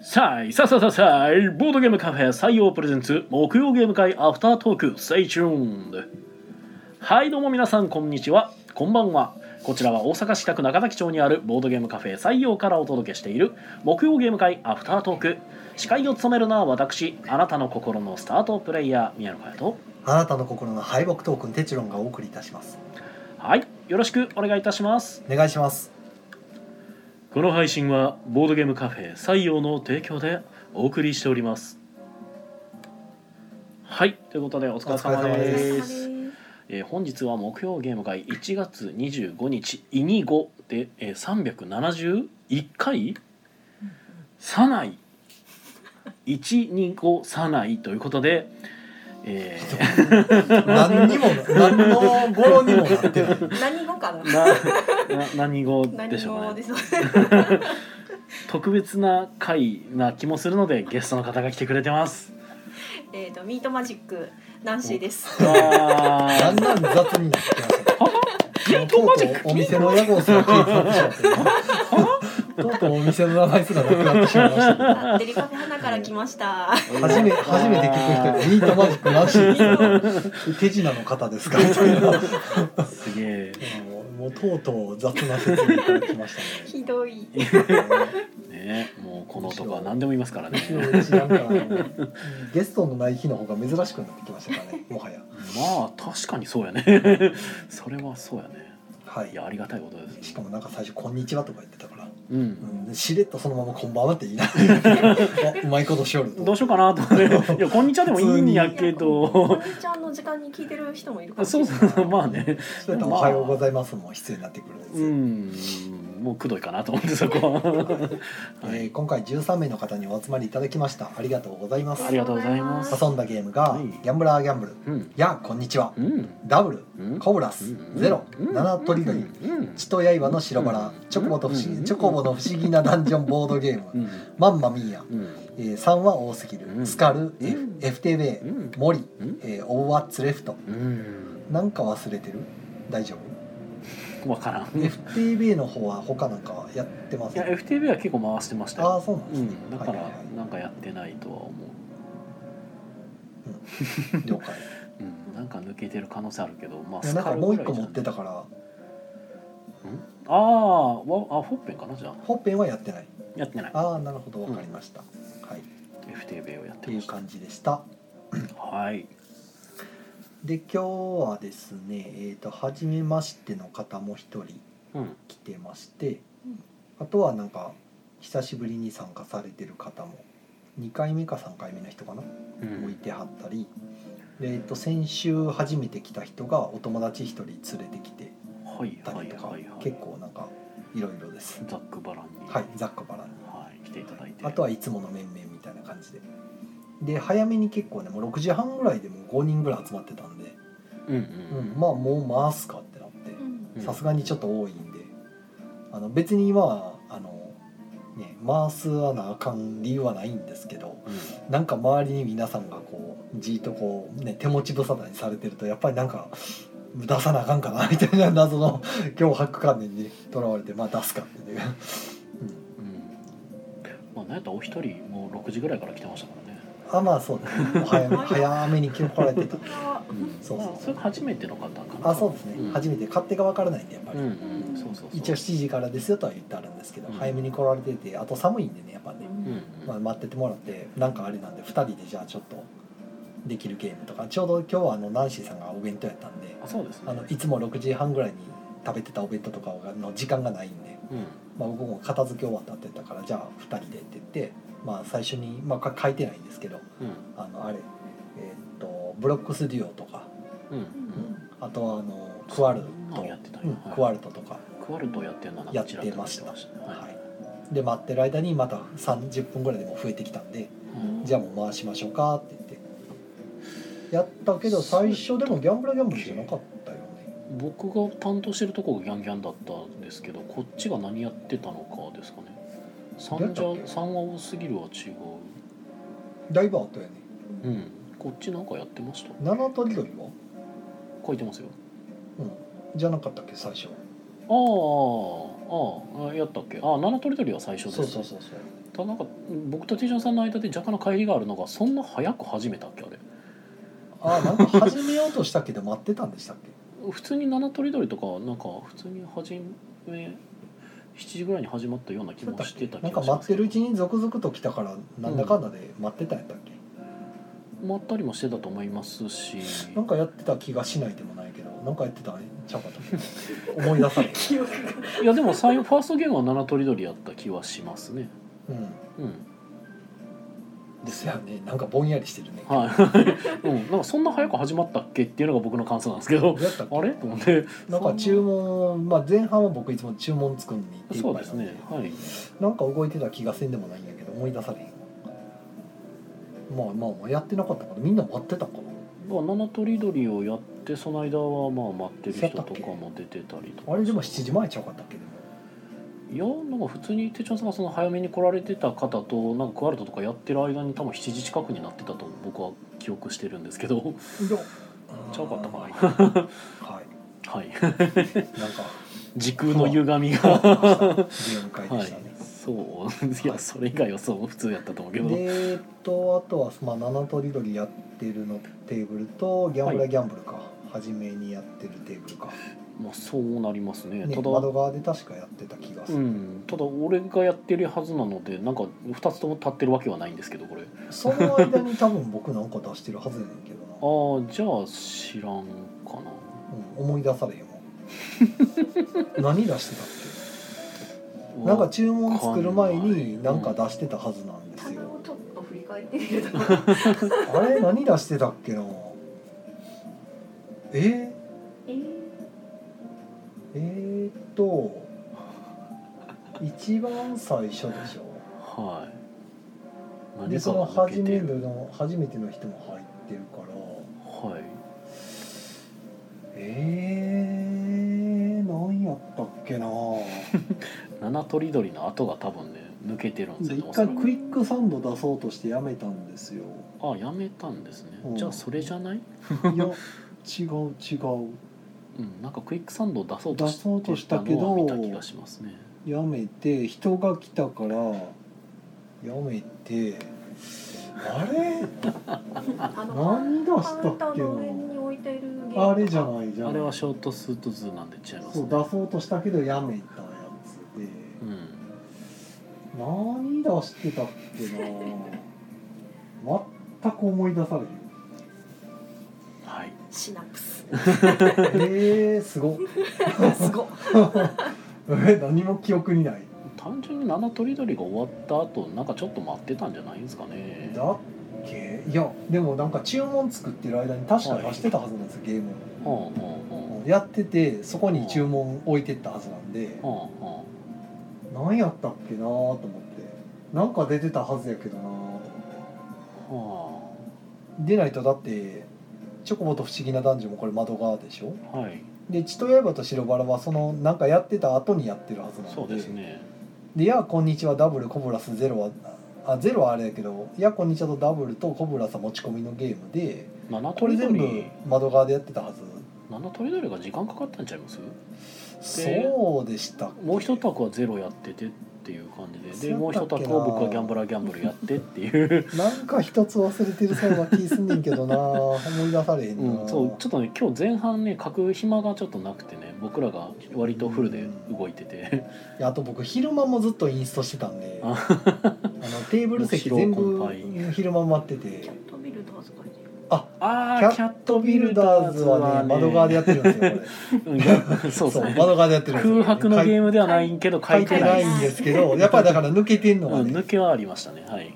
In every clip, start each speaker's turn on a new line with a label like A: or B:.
A: さあ、さあさあさあさあ、ボードゲームカフェ採用プレゼンツ、木曜ゲーム会アフタートーク、Stay tuned! はい、どうも皆さん、こんにちは。こんばんは。こちらは大阪市北区中崎町にあるボードゲームカフェ採用からお届けしている木曜ゲーム会アフタートーク。司会を務めるのは私、あなたの心のスタートプレイヤー、宮野佳代と。
B: あなたの心の敗北トークンテチロンがお送りいたします。
A: はい、よろしくお願いいたします。
B: お願いします。
A: この配信はボードゲームカフェ採用の提供でお送りしておりますはいということでお疲れ様
B: お疲れ様
A: で
B: です
A: えー本日は木曜ゲーム会1月25日イニゴで、えー、371回サナイ125サナイということで、えー
B: 何にも何の頃にもなってない。
C: 何語かな。
A: なな何語
C: 何
A: でしょうか
C: 語
A: ね
C: です。
A: 特別な回な気もするのでゲストの方が来てくれてます
C: えっとミートマジックナンシーです。
B: だん
A: あ
B: だん雑になってきましたね。
A: ー
B: とうとうお店の屋号すら消え去ってしまって。とうとうお店の名前すらなくなってしまいましたけど。
C: あデリカフェ花から来ました。
B: 初め初めて聞く人にミートマジックなしです。手品の方ですか。
A: すげえ、
B: もうもうとうとう雑な説明から来まし
C: ひどい。
B: たね。
A: ね、もうこの男は何でも言いますからね
B: なん かあのゲストのない日の方が珍しくなってきました からね。もはや。
A: まあ確かにそうやね それはそうやね
B: はい
A: い。やありがたいことです
B: しかもなんか最初「こんにちは」とか言ってたから、
A: う
B: うんん、でしれっとそのまま「こんばんは」って言いな がらあうまいことしよると
A: どうしようかなと思 っていやこんにちはでもいいんやけど
C: おじちゃんの時間に聞いてる人もいるかもし
A: そ
C: れ
A: う
C: ない。
A: そうまあね
B: そうやったら「おはようございます」も必要になってくるんです
A: うん
B: よ、
A: もうくどいかなと思ってそこは
B: えー今回13名の方にお集まりいただきましたありがとうございます
A: ありがとうございます
B: 遊んだゲームが
A: はい
B: 「ギャンブラーギャンブル」
A: うん
B: 「やあこんにちは」
A: うん
B: ダブル」
A: うん
B: コブラス」ゼロ」「七とりどり」
A: うん
B: 血と刃の白バラ」
A: うん
B: チョコボと不思議
A: うん
B: チョコボの不思議なダンジョンボードゲーム」
A: うん
B: マンマミーヤ」
A: うん
B: えー3は多すぎる」
A: うん
B: スカル」
A: うん
B: F- FTV」
A: うん
B: 森」
A: うん
B: えー「オーワッツレフト」
A: うん
B: なんか忘れてる大丈
A: わからん
B: 夫 FTB の方は他なんかやってま
A: い
B: す
A: や FTV は結構回してました
B: あ
A: よ、
B: あそうなんで
A: う
B: すね、
A: ん、だか
B: は
A: ら
B: いはいは
A: なんかやってないとは思
B: い了解
A: う、うん、なんか抜けてる可能性あるけどまあ
B: いや
A: ス
B: なん
A: カ
B: か
A: ル
B: もう
A: ぐらい
B: 一個
A: じゃ
B: 持
A: ん
B: ってたから
A: ああわあホッペンかなじゃあ
B: 本編はやってない
A: やってない
B: ああなるほどわかりました、はいっ
A: FTV をやってて
B: い
A: ま
B: う
A: した
B: 感じでした
A: はい
B: で今日はですねえっ、と初めましての方も一人
A: うん
B: 来てまして、
C: うん
B: あとはなんか久しぶりに参加されてる方も2回目か3回目の人かな
A: う
B: 置
A: ん
B: いてはったり、でえっと先週初めて来た人がお友達一人連れてきて
A: はい
B: た
A: は
B: り
A: い
B: とか、
A: はいはい
B: 結構なんかいろいろです
A: ザックバランに
B: はいざっくばらんに
A: はい来ていただいて
B: あとはいつもの面々みたいな感じでで早めに結構ねもう6時半ぐらいでもう5人ぐらい集まってたんで、
A: うんう
B: うん
A: ん
B: まあもう回すかってなって
C: うん
A: うん
B: さすがにちょっと多いんであの別にまああのね回すはなあかん理由はないんですけど
A: うん
B: なんか周りに皆さんがこうじーっとこうね手持ち無沙汰にされてるとやっぱりなんか出さなあかんかなみたいな 謎の脅迫観念にとらわれてまあ出すかっていう、うん、
A: うんまあなんやったらお一人もう6時ぐらいから来てましたからね
B: あまあそうだねもう早 め早めに来られてた
C: これは
A: うん
B: そうそう
A: まあそれが初めての方かな
B: あそうですね、
A: うん
B: 初めて勝手が分からないんでやっぱり、
A: うんうんそうそうそう
B: 一応7時からですよとは言ってあるんですけど、
A: うん
B: 早めに来られててあと寒いんでねやっぱ
C: う
B: ね、
A: うんうん
B: まあ、待っててもらってなんかあれなんで2人でじゃあちょっとできるゲームとかちょうど今日はあのナンシーさんがお弁当やったんで
A: あそうですね
B: あのいつも6時半ぐらいに食べてたお弁当とかの時間がないんで、
A: うん
B: まあ、僕も片付け終わったって言ったからじゃあ2人でって言って、まあ、最初に、まあ、か書いてないんですけど
A: うん
B: あのあれ、えーっとブロックスデュオとか
A: うん
C: うん
B: あとはあのクワルト
A: そんなんやってたん
B: う
A: や
B: ん
A: はい
B: クワルトとか、
A: クワルトやってるのはなん
B: や
A: か
B: って
A: ちらっと
B: ました
A: 見てねはい
B: はい、で待ってる間にまた30分ぐらいでも増えてきたんで
A: うん
B: じゃあもう回しましょうかって言ってやったけど最初でもギャンブラーギャンブルじゃなかったよね
A: 僕が担当してるとこがギャンギャンだったんですけどこっちが何やってたのかですかね三じ
B: どうやったっ
A: ゃ
B: け
A: 三は多すぎるは違
B: だいぶあったよね
A: ううんこっちなんかやってました
B: 七とりどりは
A: 書いてますよ
B: じゃなかったっけ最初
A: あああああやったっけああ七とりどりは最初です
B: そうそうそうそう
A: ただなんか僕と T シャンさんの間で若干の乖離があるのがそんな早く始めたっけあれ
B: あなんか始めようとしたけど待ってたんでしたっけ
A: 普通に七とりどりとかなんか普通に始め7時ぐらいに始まったような気もしてた気
B: なん
A: が
B: か
A: しま
B: 待っ
A: すけ
B: て
A: ど
B: るうちに続々と来たからなんだかんだで待ってたんやったっけ、
A: まったりもしてたと思いますし
B: なんかやってた気がしないでもないけどなんかやってたんちゃうかと思う思い出さない、
C: 記憶が
A: いやでも最後ファーストゲームは七とりどりやった気はしますね
B: うん、
A: うん
B: ですよねなんかぼんやりしてるね、
A: はい、 うん、なんかそんな早く始まったっけっていうのが僕の感想なんですけど
B: どうやったっけ
A: あれと思って
B: なんか注文、まあ、前半は僕いつも注文作りに行っていっぱ
A: そ
B: いうなん
A: ですねはい
B: なんか動いてた気がせんでもないんやけど思い出されへんまあまあまあやってなかったからみんな待ってたかな
A: まあ七とりどりをやってその間はまあ待ってる人とかも出てたりとか
B: あれでも7時前ちゃうかったっけでも
A: いやなんか普通に手帳さんがその早めに来られてた方となんかクワルトとかやってる間に多分7時近くになってたと僕は記憶してるんですけど
B: いや
A: ちゃうかったかな
B: は い
A: はい
B: なんか
A: 時空の歪み
B: ゲ
A: が
B: ーム会で
A: は
B: したね、
A: いそういやそれ以外はそう普通やったと思うけ
B: で
A: ど
B: えーっとあとは、まあ、七とりどりやってるのテーブルとギャンブラーギャンブルか、初めにやってるテーブルか、
A: まあそうなりますね
B: ね、
A: ただ
B: 窓側で確かやってた気がす
A: う
B: る、
A: んただ俺がやってるはずなのでなんか2つとも立ってるわけはないんですけどこれ
B: その間に多分僕なんか出してるはずやねんけどな、
A: ああじゃあ知らんかな
B: うん、思い出されへん わ何出してたっけなんか注文作る前に何か出してたはずなんです
C: 単語
B: よ
C: をちょっと振り返ってみると
B: あれ何出してたっけなえー、
C: えー
B: えー、っと一番最初でしょ
A: はい
B: で
A: 何か
B: その
A: が抜
B: 初
A: けて
B: めて
A: る
B: の初めての人も入ってるから
A: はい
B: えー、何やったっけな
A: 七とりどりの跡が多分ね抜けてるんです
B: で
A: よね
B: 一
A: おそら
B: 回
A: く
B: クイックサンド出そうとしてやめたんです よ
A: あやめたんですね
B: うん
A: じゃあそれじゃない
B: いや違う違う
A: うんなんかクイックサンドを出そうと
B: 出そうと
A: し
B: して
A: た
B: たけど
A: のは見た気がしますね
B: やめて人が来たからやめてあれ
C: あ
B: 何出したっけな
C: カウンターの上に置いてるゲーム
B: あれじゃないじゃん
A: あれはショートスートズーなんで違います
B: そう
A: ね
B: 出そうとしたけどやめたやつ
A: う
B: で、
A: ん
B: 何出してたっけな 全く思い出されへん
A: はい
C: シナプス
B: えー、すごっ
C: すごっ
B: え何も記憶にない
A: 単純に七とりどりが終わった後なんかちょっと待ってたんじゃないんですかね
B: だっけいやでもなんか注文作ってる間に確か出してたはずなんですよ、ゲーム
A: はあはあは
B: やっててそこに注文置いてったはずなんで
A: あはあは
B: 何やったっけなーと思ってなんか出てたはずやけどなーと思って
A: あは
B: 出ないとだってチョコボと不思議な男女もこれ窓側でしょ
A: あはい
B: で血と刃と白バラはそのなんかやってた後にやってるはずなんで
A: そうですね
B: でやあこんにちはダブルコブラスゼロはあゼロはあれやけどやあこんにちはとダブルとコブラスは持ち込みのゲームで
A: 七
B: ことれ
A: りど
B: 全部
A: り
B: 窓側でやってたはず
A: 七とりどりが時間かかったんちゃいます
B: そうでしたっけ
A: もう一択はゼロやっててっていう感じででも
B: そううだ
A: 一
B: ったっけ
A: 択
B: な
A: は僕はギャンブラーギャンブルやってって いう、
B: なんか一つ忘れてるそうな気すんねんけどな思い出されへんな、
A: うん、そうちょっとね今日前半ね書く暇がちょっとなくてね僕らが割とフルで動いて て、
B: いやあと僕昼間もずっとインストしてたんであ
A: あ
B: のテーブル席全
A: も
B: 部
A: う疲労困
B: 昼間待って
C: キ
B: て
C: ャットビルダーズがいてる
A: あ
B: キャットビルダーズはね窓側でやってるんですよこれ
A: るそうですね
B: 窓側でやってるんですよ、
A: 空白の
B: ー
A: ゲームではないけど
B: 書
A: 書
B: い
A: い
B: て
A: て
B: な
A: ないい
B: んですけどやっぱりだから抜けてんのが
A: うん、
B: ね
A: 抜けはありましたねはい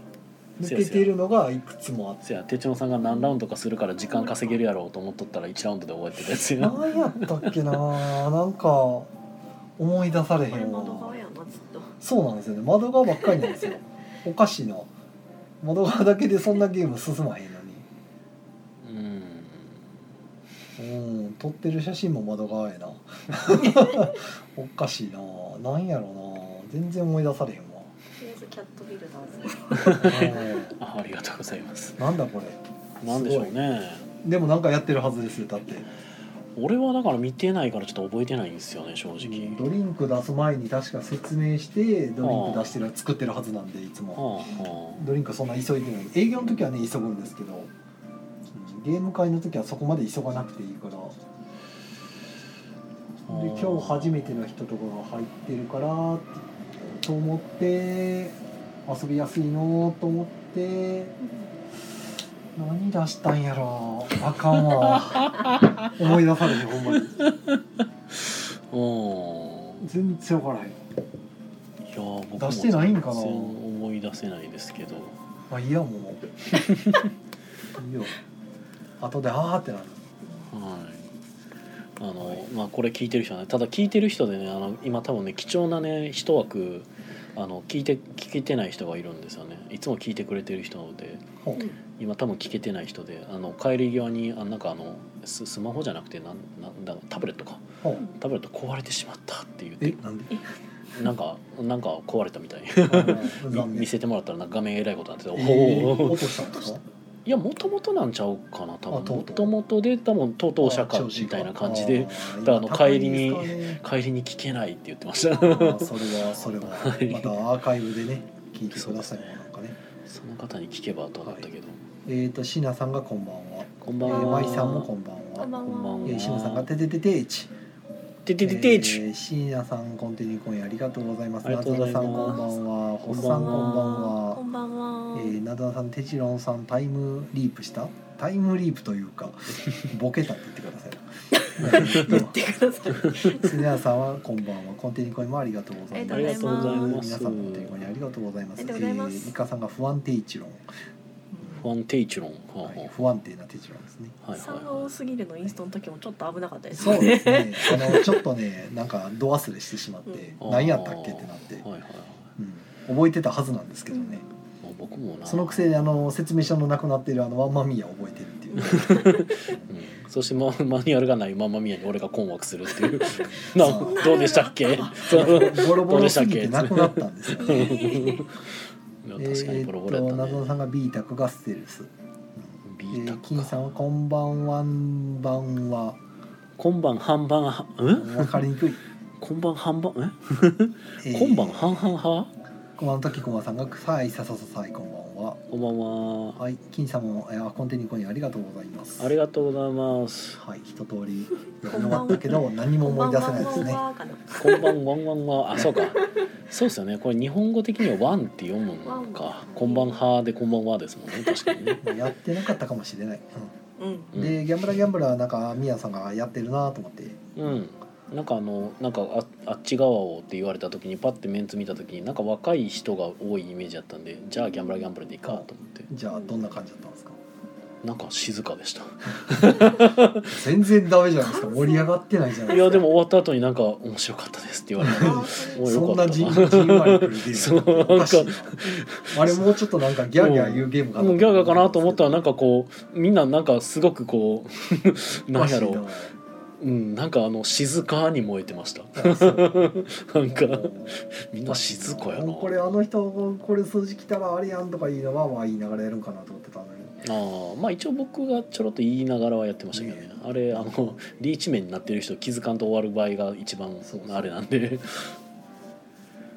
B: 抜けてるのがいくつも あって
A: せや哲郎さんが何ラウンドかするから時間稼げるやろうと思っとったら1ラウンドで終わってたやつ よ
B: 何やったっけななんか思い出されへ
C: これ
B: ん
C: 窓側
B: わ
C: やなずっと
B: そうなんですよね窓側ばっかりなんで すよおかしいな窓側だけでそんなゲーム進まへんのに
A: うん
B: うん撮ってる写真も窓側 やなおかしいななんやろな全然思い出されへんわ
C: とりあえずキャットビルダーズ
B: うん
A: あありがとうございます
B: なんだこれ
A: なんでしょうね
B: でもなんかやってるはずですよだって
A: 俺はだから見てないからちょっと覚えてないんですよね正直、
B: ドリンク出す前に確か説明してドリンク出してる作ってるはずなんでいつも
A: はあは
B: ドリンクそんな急いでない営業の時はね急ぐんですけどうんゲーム会の時はそこまで急がなくていいから
A: あ
B: で今日初めての人とかが入ってるからと思って遊びやすいのと思って何出したんやろあかんわ 思い出されへんほんまに
A: うん
B: 全然分からへ
A: い
B: ん
A: やー僕も
B: 出してないんかな
A: 全然思い出せないですけど
B: まあいいやもういいよ後であーってなる
A: はい。あの、まあこれ聞いてる人はね、ただ聞いてる人でね、あの今多分ね貴重なね一枠あの聞いて聞けてない人がいるんですよね。いつも聞いてくれてる人で、
B: ほう
A: 今多分聞けてない人で、あの帰り際にあなんかあのススマホじゃなくてなんなんだタブレットか。
B: ほう
A: タブレット壊れてしまったって言っ
B: え
A: て
B: なんで
A: なんかなんか壊れたみたい
B: 残念
A: 見せてもらったらなんか画面えらいことになってて、
B: え
A: お
B: ー
A: おー
B: 落とした んですか
A: いやもともとなんちゃうかな多
B: あと
A: 分も
B: うと
A: と
B: う
A: もとで多分とうとう社会
B: あ
A: みたいな感じでだからあの帰りに帰りに聞けないって言ってました
B: あーそれはそれは
A: はい
B: またアーカイブでね聞いてくださいねなんかね
A: その方に聞けばと思ったけど、
B: えっとシナさんがこんばんは
A: こん
B: え
A: ばん
B: ー
A: は
B: マイさんもこんば
C: こん
B: ん
C: ば
B: は
A: こんばんは
C: んは。
B: えーシナさんがててててーち
A: て
B: え
A: てててち
B: ーシナさんコンティニューコインありがとうございます
A: ありが
B: ナ
A: と
B: ズ
A: うござい
B: ナさ
A: ます
B: んこんばんはホ
A: こんばんは
B: ッさんこんばん
C: こ
B: は
C: んば
B: え
C: んは。
B: ーナズナさんテチロンさんタイムリープしたタイムリープというかボケたって言ってください
C: 言ってください。
B: シナさんはこんばんはコンティニューコインもありがとうございます
A: ありがとうございます
B: 皆さんコンティニューコインありがとうございま
C: あ
B: す
C: りがとうございます
B: えーイカさんが不安定一論
A: ファンテイチロンはあは
B: はい、不安定な手順ですね。
A: あはい
C: 三
A: は
C: が
A: いは
C: 多
A: い
C: すぎるのインストの時もちょっと危なかったです
B: そうですね。あのちょっとね、なんか度忘れしてしまって、
A: うん
B: 何やったっけってなって、
A: はいはいはい
B: うん、覚えてたはずなんですけどね。
A: まあ僕もな
B: そのくせにあの説明書のなくなっているあのワンマンミーアを覚えてるっていう。
A: うん、そしてママニュアルがないままミヤに俺が困惑するっていうなどうでしたっけ そう
B: ボロボ
A: どうで
B: ロ
A: したっ
B: す
A: け
B: ぎてなくなった んですよね。
A: 確かにボロボロ
B: えーっ
A: や
B: と
A: った
B: 謎
A: ね
B: さんが B タクガステルス。え
A: ビータ
B: ー、
A: ク
B: 金さんは
A: か
B: こんばんはんばんは。
A: 今晩半晩はん
B: わかりにく い。
A: 今晩半晩
B: え
A: え
B: ー
A: 今晩。半々派
B: こんばんは時こまさんがさいささささいこんばんは。
A: こんばんは
B: はい、金さんも、えー、コンテニコにありがとうございます。
A: ありがとうございます
B: はい、一通り やり終わったけど何も思い出せないですね。
C: ワンかな。
A: こんばんワンワンはあそうかそうですよねこれ日本語的にはワンって読む
C: ワ
A: の
C: ン
A: かこんばんはでこんばんはですもんね確かにね
B: やってなかったかもしれない。
C: うん。
B: うんで、ギャンブラーギャンブラーはなんかミヤさんがやってるなと思って、
A: うんなんかあのなんかああっち側をって言われた時にパッてメンツ見た時になんか若い人が多いイメージだったんでじゃあギャンブラーギャンブラーでいいかと思って
B: じゃあどんな感じだったんですか。
A: なんか静かでした
B: 全然ダメじゃないですか。盛り上がってないじゃない
A: いや
B: で
A: でも終わった後になんか面白かったですって言われて
C: あそ
A: もう
C: れ
B: す
A: よ
B: か。そん
A: かっ
B: な
A: た
B: じ
A: なん
B: じんわりくるゲ
A: そう
B: ームだった。おかしいなあれもうちょっとなんかギャーギャー言うゲームかな。
A: もうギャガかなと思ったらなんかこうみんななんかすごくこう
B: おか
A: なん
B: しいな
A: やろう、うん、なんかあの静かに燃えてました
B: あそう
A: なんか みんな静かやな
B: もうこれあの人これ数字来たらあれやんとか言いながらまあ言いながらやるんかなと思ってたのに。
A: あーまあ一応僕がちょろっと言いながらはやってましたけどね
B: ね
A: あれあのリーチ面になってる人気づかんと終わる場合が一番
B: そうそう
A: あれなんで
B: で、え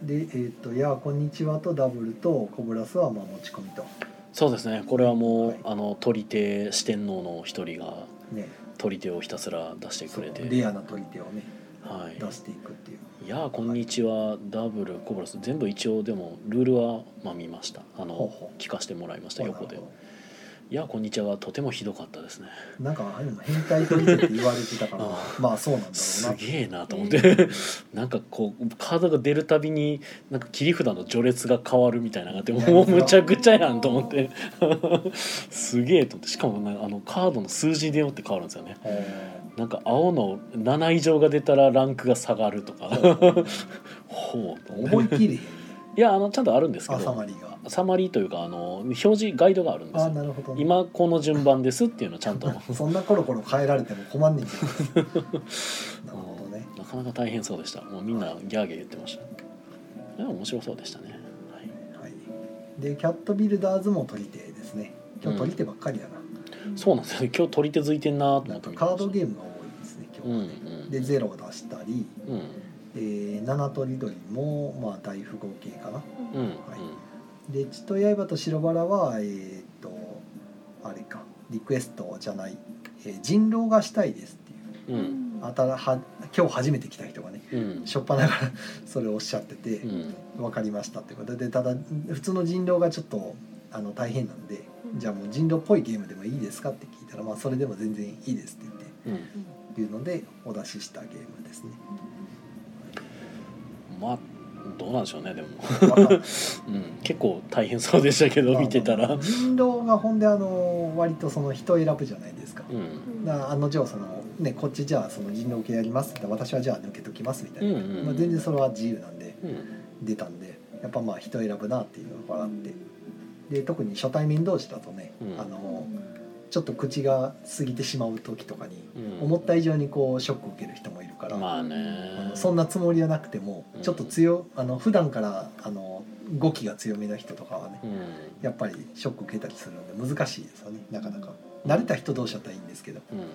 B: ーっと「いやあこんにちは」とダブルとコブラスはまあ持ち込みと
A: そうですねこれはもう、
B: はい
A: あの取り手四天王の一人が
B: ね
A: 取り手をひたすら出して
B: そ
A: くれ
B: う
A: て
B: レアな取り手をね
A: は
B: 出
A: い
B: していくっていう
A: いやーこんにちはダブルコブラス全部一応でもルールはまあ見ましたあ
B: ほう
A: の
B: ほう
A: 聞かせてもらいました
B: なる
A: 横
B: ほ
A: で
B: ど
A: いやーこんにちははとてもひどかったですね
B: なんかああいうの変態取り手って言われてたから
A: あ
B: まあそうなんだろう
A: す
B: な
A: げえなと思って、 なんかこうカードが出るたびになんか切り札の序列が変わるみたいなのがあって
B: いや
A: もうむちゃくちゃやんと思って すげえと思ってしかもなあのカードの数字によって変わるんですよね
B: え
A: なんか青の7以上が出たらランクが下がると かほうと
B: ー
A: 思
B: 思
A: い
B: い 切りへんね
A: いやあのちゃんとあるんですけ
B: 朝
A: ど
B: まりが
A: サマリーというかあの表示ガイドがあるんで
B: あ
A: す
B: あ
A: よ
B: なるほどね
A: 今この順番ですっていうのをちゃんとな
B: そんなコロコロ変えられても困んねんけ どなるほどね
A: かなか大変そうでしたもうみんなギャーギャー言ってましたでも面白そうでしたね、はい
B: はいでキャットビルダーズも取り手ですね今日取り手ばっかりだな、
A: そうなんですよね今日取り手づいてんなと思
B: な
A: っ
B: ん
A: て
B: か
A: 見てまし
B: カ
A: た
B: ードゲームが多いですねと、
A: うん
B: でゼロ出したり、
A: うん
B: えー、七とりどりもまあ大富豪系かな
A: うんうん
B: はいで血と刃と白バラはえーっとあれかリクエストじゃない、えー人狼がしたいですっていう
A: うんうん
B: あたらは今日初めて来た人がね
A: うん
B: 初っ端から それをおっしゃってて、
A: うん
B: 分かりましたってことでただ普通の人狼がちょっとあの大変なんで
C: うん
B: じゃあもう人狼っぽいゲームでもいいですかって聞いたら、まあ、それでも全然いいですって言って
A: うん
B: いうのでお出ししたゲームで すね。
A: まあどうなんでしょうねでも、
B: わかんない
A: うん、結構大変そうでしたけど見てた
B: まあ
A: ら
B: まあ人狼がほんであの割とその人選ぶじゃないですか。
A: うん
B: だから案の定その、ね、こっちじゃあその人狼系やりますって言ったら私はじゃあ抜けときますみた
A: う
B: い
A: ん
B: な、
A: うん
B: まあ、全然それは自由なんで
A: うん
B: 出たんでやっぱまあ人選ぶなっていうのがあってで特に初対面同士だとね、
A: うん
B: あのちょっと口が過ぎてしまう時とかに
A: うん
B: 思った以上にこうショックを受ける人もいるから、
A: まあ
B: あ
A: ね
B: のそんなつもりはなくてもちょっと強あの普段からあの語気が強めな人とかはね
A: うん
B: やっぱりショック受けたりするので難しいですよねなかなか慣れた人同士だったらいいんですけど
A: うんうん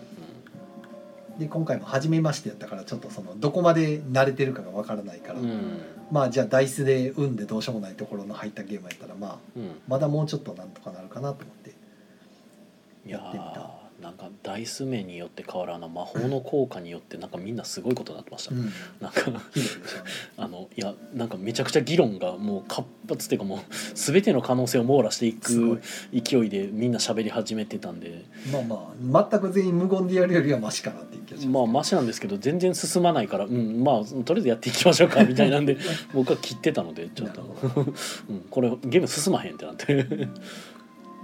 B: で今回も初めましてやったからちょっとそのどこまで慣れてるかがわからないから、
A: うん
B: まあじゃあダイスで運でどうしようもないところの入ったゲームやったらまあ
A: うん
B: まだもうちょっとなんとかなるかなと思って
A: いや
B: やってみた
A: ーなんかダイス名によって変わらな魔法の効果によってなんかみんなすごいことになってました、
B: うん
A: なんか
B: 綺麗でしたね
A: あのいやなんかめちゃくちゃ議論がもう活発っていうかもう全ての可能性を網羅してい
B: すごい
A: く勢いでみんな喋り始めてたんで
B: まあまあ全く全員無言でやるよりはマシかなっていう気がします
A: まあマシなんですけど全然進まないから、うん、まあとりあえずやっていきましょう かみたいなんで僕は切ってたのでちょっと
B: なる、
A: うん、これゲーム進まへんってなっ て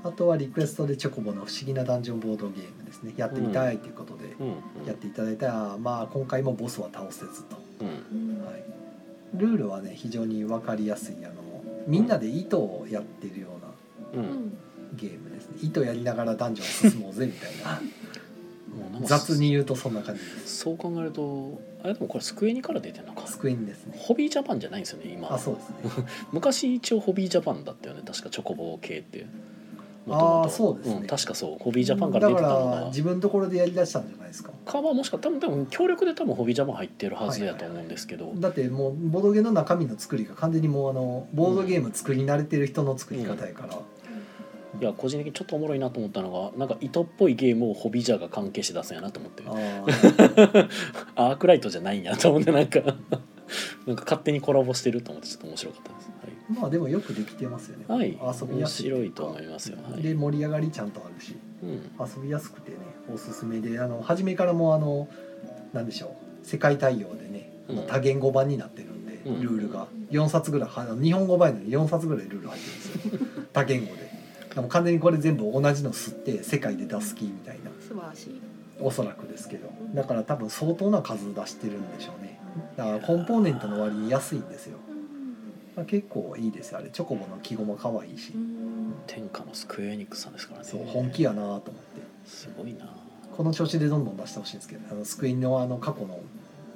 B: あとはリクエストでチョコボの不思議なダンジョンボードゲームですねやってみたいということで
A: うん
B: やっていただいたら、まあ今回もボスは倒せずと、
A: うん
B: はい、ルールはね非常に分かりやすいあのみんなで糸をやってるような
A: うんうん
B: ゲームですね糸やりながらダンジョン進もうぜみたいな
A: もうなんか
B: 雑に言うとそんな感じです
A: そう考えるとあれでもこれスクエニから出てんのか
B: スクエニですね
A: ホビージャパンじゃないんですよね今
B: あそうですね
A: 昔一応ホビージャパンだったよね確かチョコボー系って
B: あ
A: 元
B: ー
A: 々
B: そうですね
A: ん、確かそうホビージャパンから出
B: だ
A: て
B: か
A: たの
B: ら
A: が
B: 自分のところでやりだしたんじゃないですか
A: カバーもしか多分多分協力で多分ホビージャパン入ってるはずやと思うんですけど、
B: だってもうボードゲームの中身の作りが完全にもうあのボードゲーム作り慣れてる人の作り方やから、
A: いや個人的にちょっとおもろいなと思ったのがなんか糸っぽいゲームをホビージャーが関係して出すんやなと思って
B: あー
A: アークライトじゃないんやと思ってなんか なんか勝手にコラボしてると思ってちょっと面白かったです、
B: まあでもよくできてますよね、
A: はいはい、
B: 遊びや
A: 面
B: すいと
A: 白
B: いう
A: い
B: か
A: と思いますよ、はい
B: で盛り上がりちゃんとあるし
A: うん
B: 遊びやすくてねおすすめであの初めからもうあのなんでしょう世界対応でね、
A: うん
B: 多言語版になってるんで、
A: うん
B: ルールが4冊ぐらいはあの日本語版やのに4冊ぐらいルール入ってるんですよ多言語で。でも完全にこれ全部同じの吸って世界で出す気みたいな
C: 素晴らしい。
B: おそらくですけどだから多分相当な数出してるんでしょうねだからコンポーネントの割に安いんですよ、まあ、結構いいですよあれチョコボの記号も可愛いし、
A: 天下のスクエアエニックスさんですからね
B: そう本気やなと思って
A: すごいな
B: この調子でどんどん出してほしいんですけどあのスクイーンのあの過去の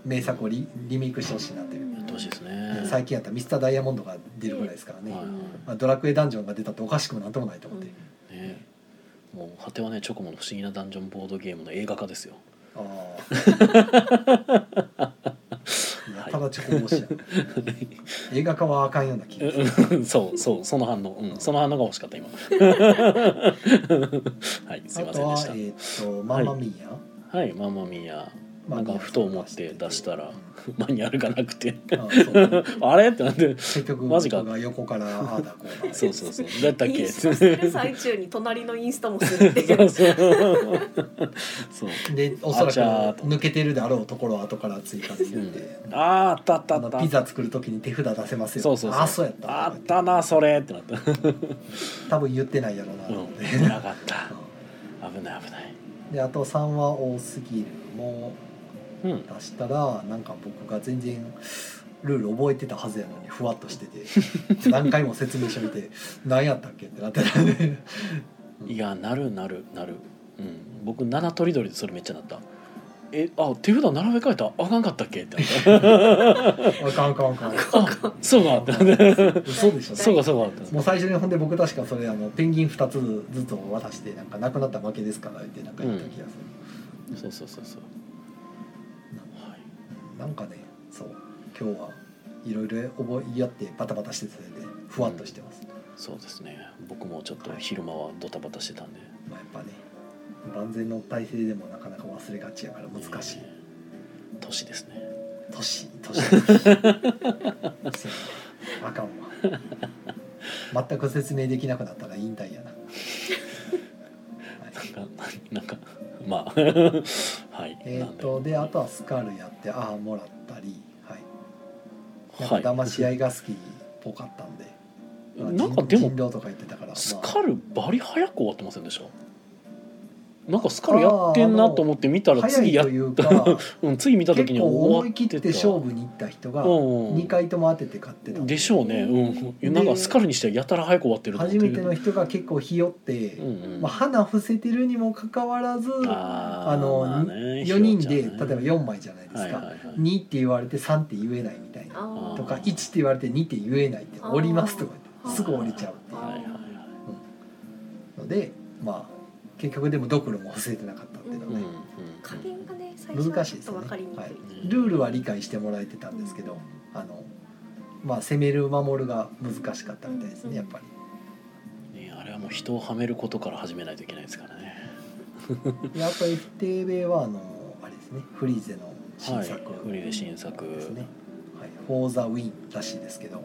B: 名作をリリメイクしてほしいなという、
A: やってほしいですね
B: 最近やったミスターダイヤモンドが出るぐらいですからね、
A: はい
B: まあ、ドラクエダンジョンが出たっておかしくもなんともないと思って、
A: ねもう果てはねチョコモの不思議なダンジョンボードゲームの映画化ですよ
B: あ あやたらチョコボシや、映画化はあかんような気がする
A: うん そうそうその反応、うん、その反応が欲しかった今 はいす
B: あ
A: いませ
B: と
A: んで
B: は
A: し
B: えーっ、とマンマミーヤ、
A: たはいママミヤ
B: マ
A: な
B: ン
A: ん
B: マミ
A: か
B: ヤ
A: ふと思って出したら
B: うん
A: マニュアルがなくて
B: あーそうね
A: あれってなって
B: 結局
A: マジか
B: 僕が横からああだこうだ
A: そうそうそうだったっ
C: イ
A: け
C: ン
A: っ
C: スト
A: て
C: する最中に隣のインストもするってい
A: そう
C: う。
A: そうそう
B: でおそら
A: あ
B: く
A: ちゃーと
B: 抜けてるであろうところは後から追加で入れて、
A: あああったあった
B: あ
A: あっ
B: の
A: た
B: ピザ作る時に手札出せますよ
A: そうそうそう
B: あそうやった
A: あったなそれってなった
B: 多分言ってないやろうな
A: う
B: と思っ
A: ん
B: て、
A: 危なかった危ない危ない
B: であと3は多すぎるも
A: うん
B: 出したらなんか僕が全然ルール覚えてたはずやのにふわっとしてて何回も説明書見て何やったっけってなってたんで
A: いやなるなるなる、うん、僕七とりどりでそれめっちゃなったえあ手札並べ替えたあかんかったっけってな った
B: あかんあかんあかん
A: あそうかってなって
B: 嘘でし ょ
A: そうかそうかってなって
B: もう最初にほんで僕確かそれあのペンギン2つずつを渡してなんかなくなったら負けですからってなんか言った気がする、
A: そうそうそうそう
B: なんかねそう今日はいろいろ覚えやってバタバタしてたのでふわっとしてます、
A: そうですね僕もちょっと昼間はドタバタしてたんで
B: まあ、やっぱね万全の体制でもなかなか忘れがちやから難しい
A: えー年ですね
B: 年年そう あかんわ全く説明できなくなったら引 退やな、はい
A: なんかなんかまあ はい
B: え
A: なん
B: ー、
A: で
B: とであとはスカルやってああもらったりはい
A: は
B: なん
A: い
B: か騙し合いが好きっぽかったんで、まあ
A: なんか
B: 人
A: でも
B: 人狼とか言ってたから
A: ス
B: ま
A: カルバリ早く終わってませんでしたなんかスカルやってんなと思って見た
B: あ
A: ら
B: 早
A: 次
B: い
A: や
B: と
A: っ
B: いうか
A: うん次見た時
B: 結
A: に
B: 構
A: は
B: 思
A: 終
B: い
A: わっ
B: 切ってて
A: た
B: 勝負に行った人が
A: うん
B: 2回とも当てて勝ってたん
A: でしょうねうん
B: で
A: なんかスカルにしてはやたら早く終わってると思っ
B: 初
A: て
B: めての人が結構ひよって、
A: うんうん
B: まあ、花伏せてるにもかかわらず
A: あー
B: あの
A: まあね
B: 4人
A: ひ
B: で例え
A: よちゃ
B: ば
A: んね
B: 4枚じゃないですか、
A: はいはいはい
B: 2って言われて3って言えないみたいな
C: あー
B: とか1って言われて2って言えないって
C: あー
B: 折りますとか言ってすぐ折れちゃうってい
A: はいはいはい、
B: うのでまあ結局でもドクロも伏せてなかったっていうの
A: うんう
B: は
A: ん
B: ね、
C: 加減がね最初
B: 難
C: は
B: しい
C: ちょ
B: で
C: っ
B: すよね
C: と分かりにくい。
B: はい
A: うん
B: ルールは理解してもらえてたんですけどあの、まあ、攻める守るが難しかったみたいですねやっぱり。
A: ね、あれはもう人をはめることから始めないといけないですからね
B: であと FTB はあのあれですねフリーゼの新作
A: はい、フリーで新作
B: ですね「はい、For the Win」らしいですけど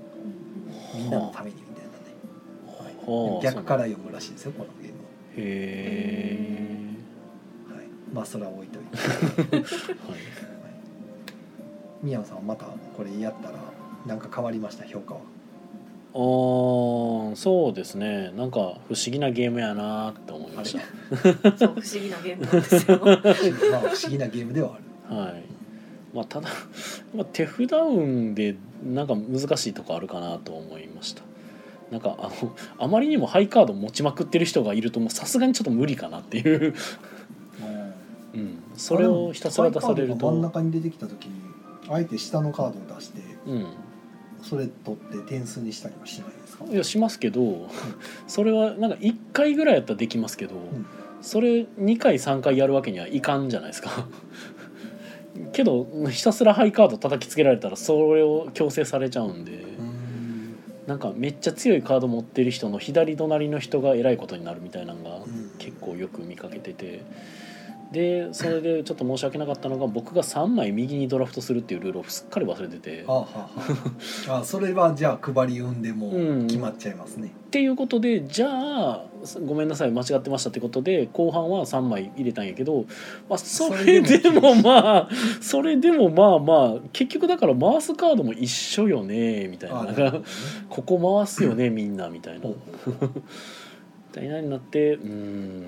B: みんなのためにみたいなね
A: はあ
B: 逆から読むらしいですよこのゲーム
A: へえ、
B: は、はい、まあそれは置いとい て、
A: はい、
B: はい、宮野さんはまたこれやったらなんか変わりました評価は
A: あーそうですねなんか不思議なゲームやなって思い
B: あ
A: ま
B: れ
A: した
B: ま
C: うんそう不思議なゲームなんですよ。
B: あ不思議なゲームではある
A: はいまあただ、 まあ、手札運でなんか難しいとこあるかなと思いましたなんかあのあまりにもハイカード持ちまくってる人がいるともうさすがにちょっと無理かなっていう、 うん、それをひたすら出される
B: ハイカードが真ん
A: と
B: 中に出てきた時にあえて下のカードを出して
A: うん
B: それ取って点数にしたりはしないですか
A: いやしますけどそれはなんか1回ぐらいやったらできますけど、
B: ん
A: それ2回3回やるわけにはいかんじゃないですか けどひたすらハイカード叩きつけられたらそれを強制されちゃうんで、
B: ん
A: なんかめっちゃ強いカード持ってる人の左隣の人がえらいことになるみたいなのが結構よく見かけてて。でそれでちょっと申し訳なかったのが僕が3枚右にドラフトするっていうルールをすっかり忘れてて
B: あははあそれはじゃあ配り運でも
A: うん
B: 決まっちゃいますね、
A: っていうことでじゃあごめんなさい間違ってましたってことで後半は3枚入れたんやけど、まあ、それでもまあそれでもまあまあ結局だから回すカードも一緒よねみたい
B: あ
A: な
B: な
A: なん
B: るほ
A: か
B: どね
A: ここ回すよねみんなみたいな
B: ほ
A: み
B: うほうほう
A: たいなになってうーん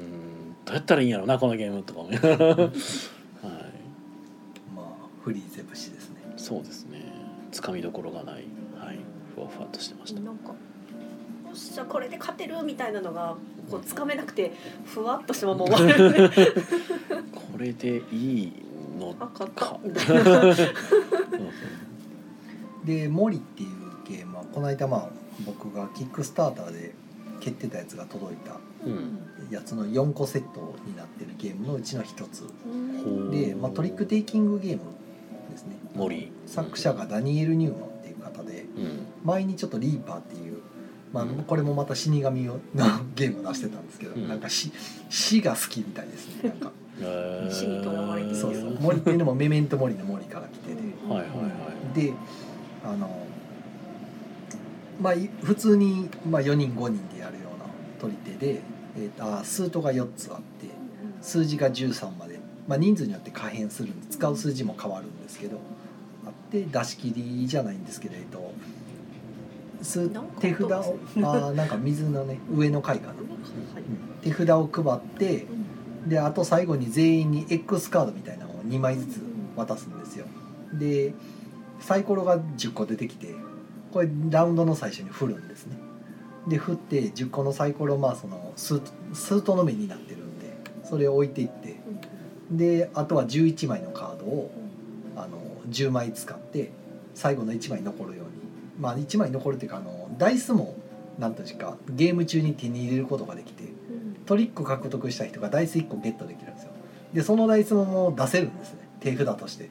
A: どうやったらいいんやろなこのゲームとか思いながらはい
B: まあフリーゼ節ですね
A: そうですねつかみどころがない、はい、ふわふわっとしてました。
C: なんかよっしゃこれで勝てるみたいなのがこうつかめなくてふわっとしたまま終わる、
A: これでいいの
C: あ勝った
A: か。
C: みたいな。
A: うん
B: で「森」っていうゲームはこの間まあ僕がキックスターターで蹴ってたやつが届いた
A: うん
B: やつの4個セットになってるゲームのうちの1つ
C: うん
A: ほう
B: で、まあ、トリックテイキングゲームですね
A: 森
B: 作者がダニエル・ニューマンっていう方で
A: うん
B: 前にちょっと「リーパー」っていう、まあ
A: うん、
B: これもまた死神のゲームを出してたんですけど、
A: うん
B: なんか死死が好きみたいですね なんか
A: えー
C: 死に囚われてる
B: そうそう
A: は
B: 森っていうのもメメント森の森から来てて、
A: いはいは
B: であのまあい普通に、まあ、4人5人でやるような取り手で、えーとあースートが4つあって数字が13まで、まあ、人数によって可変するんで使う数字も変わるんですけどあって出し切りじゃないんですけど、えっと、す
C: なんか
B: 手札をあーなんか水のね上の階かな、うん手札を配ってであと最後に全員に X カードみたいなのを2枚ずつ渡すんですよでサイコロが10個出てきてこれラウンドの最初に振るんですねで振って10個のサイコロまあそのスースートの目になってるんでそれを置いていってであとは11枚のカードをあの10枚使って最後の1枚残るようにまあ1枚残るっていうかあのダイスも何というかゲーム中に手に入れることができてトリック獲得した人がダイス1個ゲットできるんですよでそのダイスももう出せるんですね手札として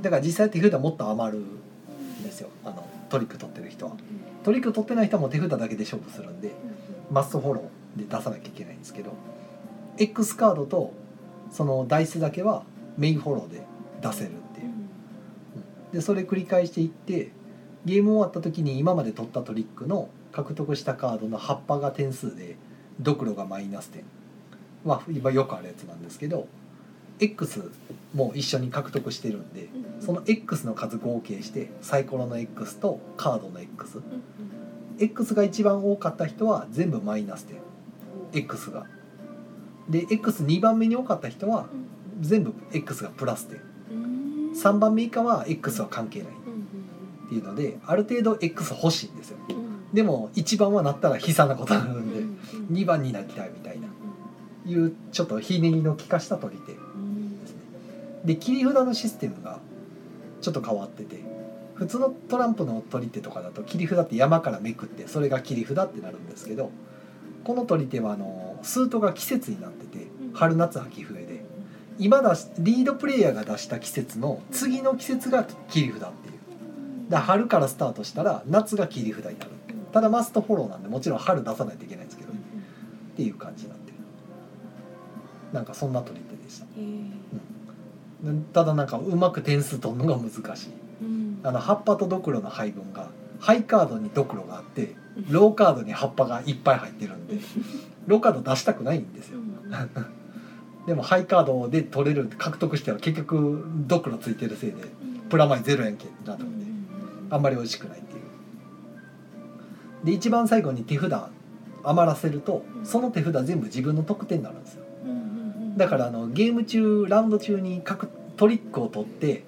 B: だから実際手札もっと余るんですよあのトリック取ってる人はトリック取ってない人はもう手札だけで勝負するんでマストフォローで出さなきゃいけないんですけど X カードとそのダイスだけはメインフォローで出せるっていうでそれ繰り返していってゲーム終わった時に今まで取ったトリックの獲得したカードの葉っぱが点数でドクロがマイナス点まあ今よくあるやつなんですけど X も一緒に獲得してるんでその X の数合計してサイコロの X とカードの XX が一番多かった人は全部マイナス点 X がで X2 番目に多かった人は全部 X がプラス点3番目以下は X は関係ないっていうのである程度 X 欲しいんですよでも1番はなったら悲惨なことになるんで2番になりたいみたいないうちょっとひねりの利かした取り手ですねで切り札のシステムがちょっと変わってて普通のトランプの取り手とかだと切り札って山からめくってそれが切り札ってなるんですけどこの取り手はあのスートが季節になってて春夏秋冬で今だしリードプレイヤーが出した季節の次の季節が切り札っていうだから春からスタートしたら夏が切り札になるただマストフォローなんでもちろん春出さないといけないんですけどっていう感じになってるなんかそんな取り手でしたただなんかうまく点数取るのが難しいあの葉っぱとドクロの配分がハイカードにドクロがあってローカードに葉っぱがいっぱい入ってるんでローカード出したくないんですよでもハイカードで取れる獲得したら結局ドクロついてるせいでプラマイ0円券になるんであんまり美味しくないっていうで一番最後に手札余らせるとその手札全部自分の得点になるんですよだからあのゲーム中ラウンド中に各トリックを取って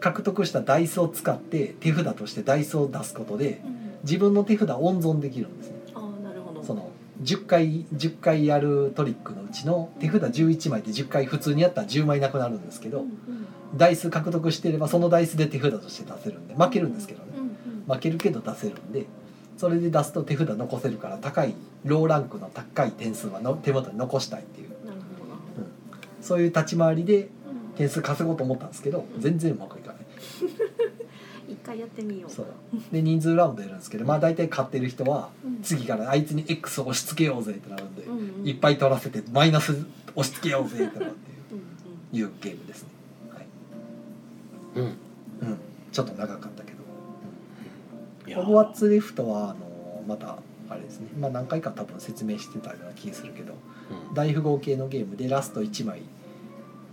B: 獲得したダイスを使って手札としてダイスを出すことで自分の手札を温存できるんですね
C: ああなるほど
B: その10回10回やるトリックのうちの手札11枚で10回普通にやったら10枚なくなるんですけどダイス獲得してればそのダイスで手札として出せるんで負けるんですけどね負けるけど出せるんでそれで出すと手札残せるから高いローランクの高い点数はの手元に残したいっていう
C: なるほど
B: そういう立ち回りで点数稼ごうと思ったんですけど全然うまくいかない
C: 一回やってみよう
B: そうで人数ラウンドやるんですけどまあ大体勝ってる人は次からあいつに X を押し付けようぜってなるんでいっぱい取らせてマイナス押し付けようぜってなるっていういうゲームですね、はい
A: うん
B: うん、ちょっと長かったけど
A: いや
B: ホグワッツリフトはあのまたあれですね、まあ、何回か多分説明してたような気がするけど
A: うん
B: 大富豪系のゲームでラスト1枚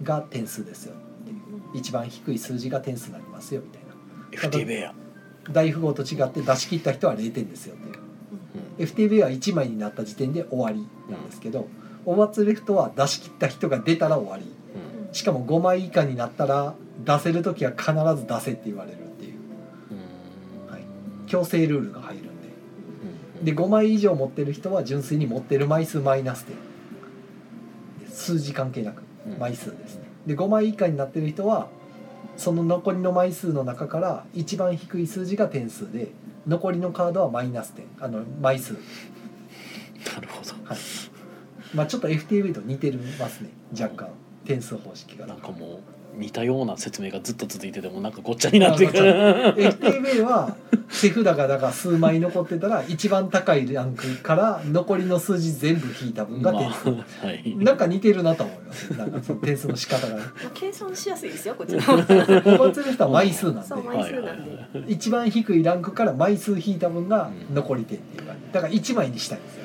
B: が点数ですよ一番低い数字が点数になりますよみたいな
A: FTB や
B: 大富豪と違って出し切った人は0点ですよっていう FTB は1枚になった時点で終わりなんですけど、オバツレフトは出し切った人が出たら終わりしかも5枚以下になったら出せる時は必ず出せって言われるっていうはい強制ルールが入るんでで5枚以上持ってる人は純粋に持ってる枚数マイナス点数字関係なく枚数ですねで5枚以下になってる人はその残りの枚数の中から一番低い数字が点数で残りのカードはマイナス点あの枚数
A: なるほど
B: まあちょっと FTV と似てますね若干点数方式が
A: なんかもう似たような説明がずっと続いててもなんかごっちゃになってくる
B: FTV は手札がだから数枚残ってたら一番高いランクから残りの数字全部引いた分
A: ま
B: が
A: あ
B: 点数
A: はい
B: なんか似てるなと思いますなんかその点数の仕方が
C: 計算しやすいですよこっち
B: 5月の人は枚数なんで
C: そう枚
A: はい
C: 数
A: は
C: ないんで
B: 一番低いランクから枚数引いた分が残り点っていう感じだから1枚にしたいんですよ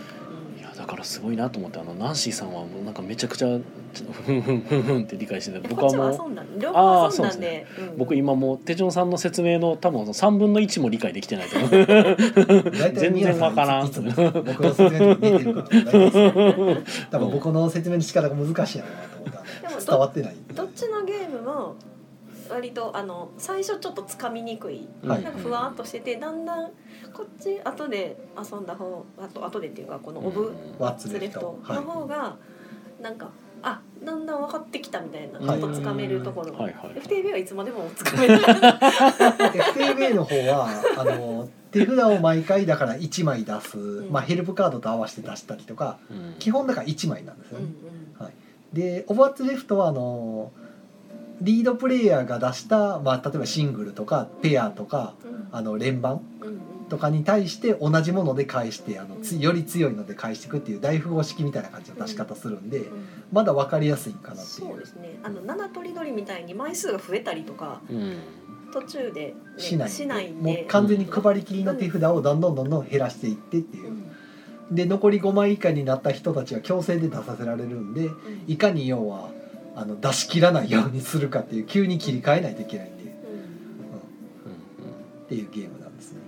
A: いやだからすごいなと思ってあのナンシーさんはもうなんかめちゃくちゃちょふんふんふんふんって理解してて僕
C: こっ
A: は
C: ち
A: も
C: は
A: う
C: 遊んだ両方遊んだんで
A: 僕今もう手順さんの説明の多分3分の1も理解できてないと思う
B: 大体宮
A: 全然わから
B: さ
A: ん
B: んいつも僕の説明と似てるから大体多分僕の説明の仕方 が難しいなと思った
C: でもど
B: 伝わってない
C: どっちのゲームも割とあの最初ちょっとつかみにくい
B: はい
C: なんかふわっとしててだんだんこっち後で遊んだ方あと後でっていうかこのオブ
B: ワッツ
C: スレ
B: レ
C: フ
B: フ
C: ト
B: ト
C: の
B: は
C: 方がなんかあだんだん分かってきたみたいなちょ
B: はい
C: っとつかめるところ
A: はい
C: が
A: はい
C: FTB はいつまでもつかめる
B: い FTV の方はあの手札を毎回だから1枚出す、
C: ん
B: まあ、ヘルプカードと合わせて出したりとか
A: うん
B: 基本だから1枚なんですよ
C: う
B: ね、
C: ん
B: でオバーツレフトはあのリードプレイヤーが出した、まあ、例えばシングルとかペアとか
C: うん
B: あの連番
C: うん
B: とかに対して同じもので返してあのつより強いので返していくっていう大富豪式みたいな感じの出し方するんで
C: うん
B: まだ分かりやすいんかなってい
C: そう
B: う
C: ですねあの七とりどりみたいに枚数が増えたりとか
A: うん
C: 途中で、ね、
B: しない
C: しないん
B: もう
C: で
B: 完全に配りきりの手札をどんどんどんどん減らしていってっていううんで残り5枚以下になった人たちは強制で出させられるんで
C: うん
B: いかに要はあの出し切らないようにするかっていう急に切り替えないといけないんで、う
C: うん
A: う
B: ん
A: ん
B: っていうゲームなんですね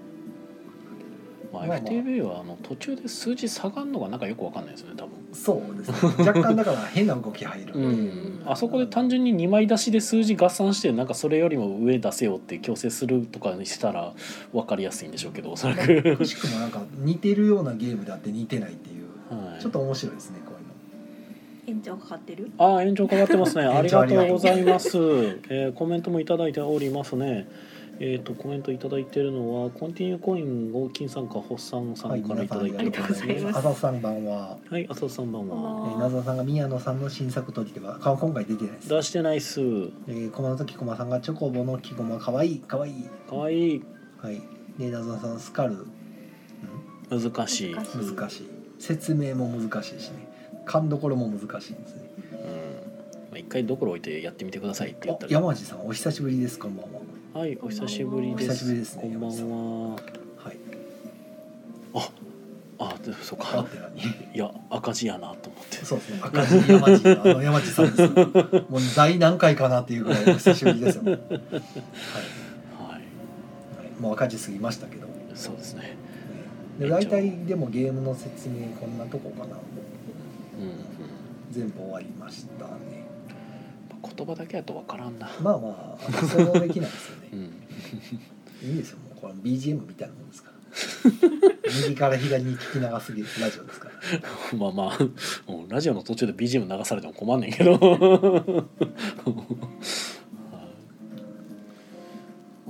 A: ま
B: まあま
A: あ、
B: あ
A: FTV はあの途中で数字下がるのがなんかよくわかんないですよね多分、
B: そうですね若干だから変な動き入るんで、
A: うん、あそこで単純に2枚出しで数字合算してなんかそれよりも上出せよって強制するとかにしたら分かりやすいんでしょうけどおそらく
B: く、しくもなんか似てるようなゲームであって似てないっていう
A: はい、
B: ちょっと面白いですねこういうの
C: 延長かかってる
A: ああ延長かかって ますねあり
B: 延長
A: が
B: あり
A: と
B: が
A: う
B: とう
A: ございます、えーコメントもいただいておりますねえっ、とコメントいただいてるのはコンティニューコインを金さんかホッサンさんからいただいて
C: ありがとうございます
B: 浅田さんこんばんは、
A: はい浅田さんばん
C: こんばん
B: え
A: は
C: は
B: ー、稲沢さんが宮野さんの新作ときては顔今回出てないです
A: 出してないっす
B: えー、駒の時駒さんがチョコボの木駒かわいいかわいい
A: かわいい
B: はいで稲沢さんスカルん
A: 難しい、
C: 難しうん
B: 難しい説明も難しいしね勘どころも難しいですね
A: うんまあ、一回どころ置いてやってみてくださいって言っ
B: あ
A: たら
B: 山地さんお久しぶりですこんばんは
A: はいお久しぶりです
B: お久しぶりですね
A: こんばんは
B: はい
A: あでそう
B: あ
A: か
B: って何
A: いや赤字やなと思って
B: そうですね赤字山地のあの山地さんですもう第何回かなっていうぐらいお久しぶりですよ、はい、
A: はい
B: もう赤字過ぎましたけど
A: そうですね
B: で大体でもゲームの説明こんなとこかな
A: うん、うん
B: 全部終わりましたね
A: 言葉だけやとわからんな、
B: まあまあ想像できないですよね
A: うん
B: いいですよもうこれ BGM みたいなもんですから右から左に聞き流すラジオですから
A: まあまあうんラジオの途中で BGM 流されても困んねんけどはいま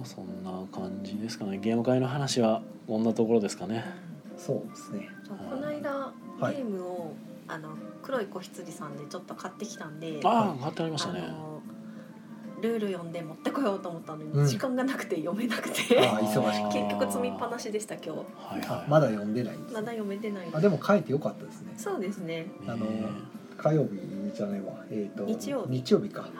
A: あそんな感じですかねゲーム会の話はこんなところですかね
B: そうですね
C: そうこの間
B: はい
C: ゲームをあの黒い子羊さんでちょっと買ってきたんで
A: ああ貼ってありましたね
C: あのルール読んで持ってこようと思ったのに、
B: うん
C: 時間がなくて 読めなくて
B: ああ忙しくて
C: 結局積みっぱなしでした今日
A: はい
B: あ
A: はい
B: まだ読んでないんです
C: まだ読めてない
B: あでも書いてよかったですね
C: そうですね
B: あの火曜日じゃないわえっ、と
C: 日曜日
B: か
C: はい、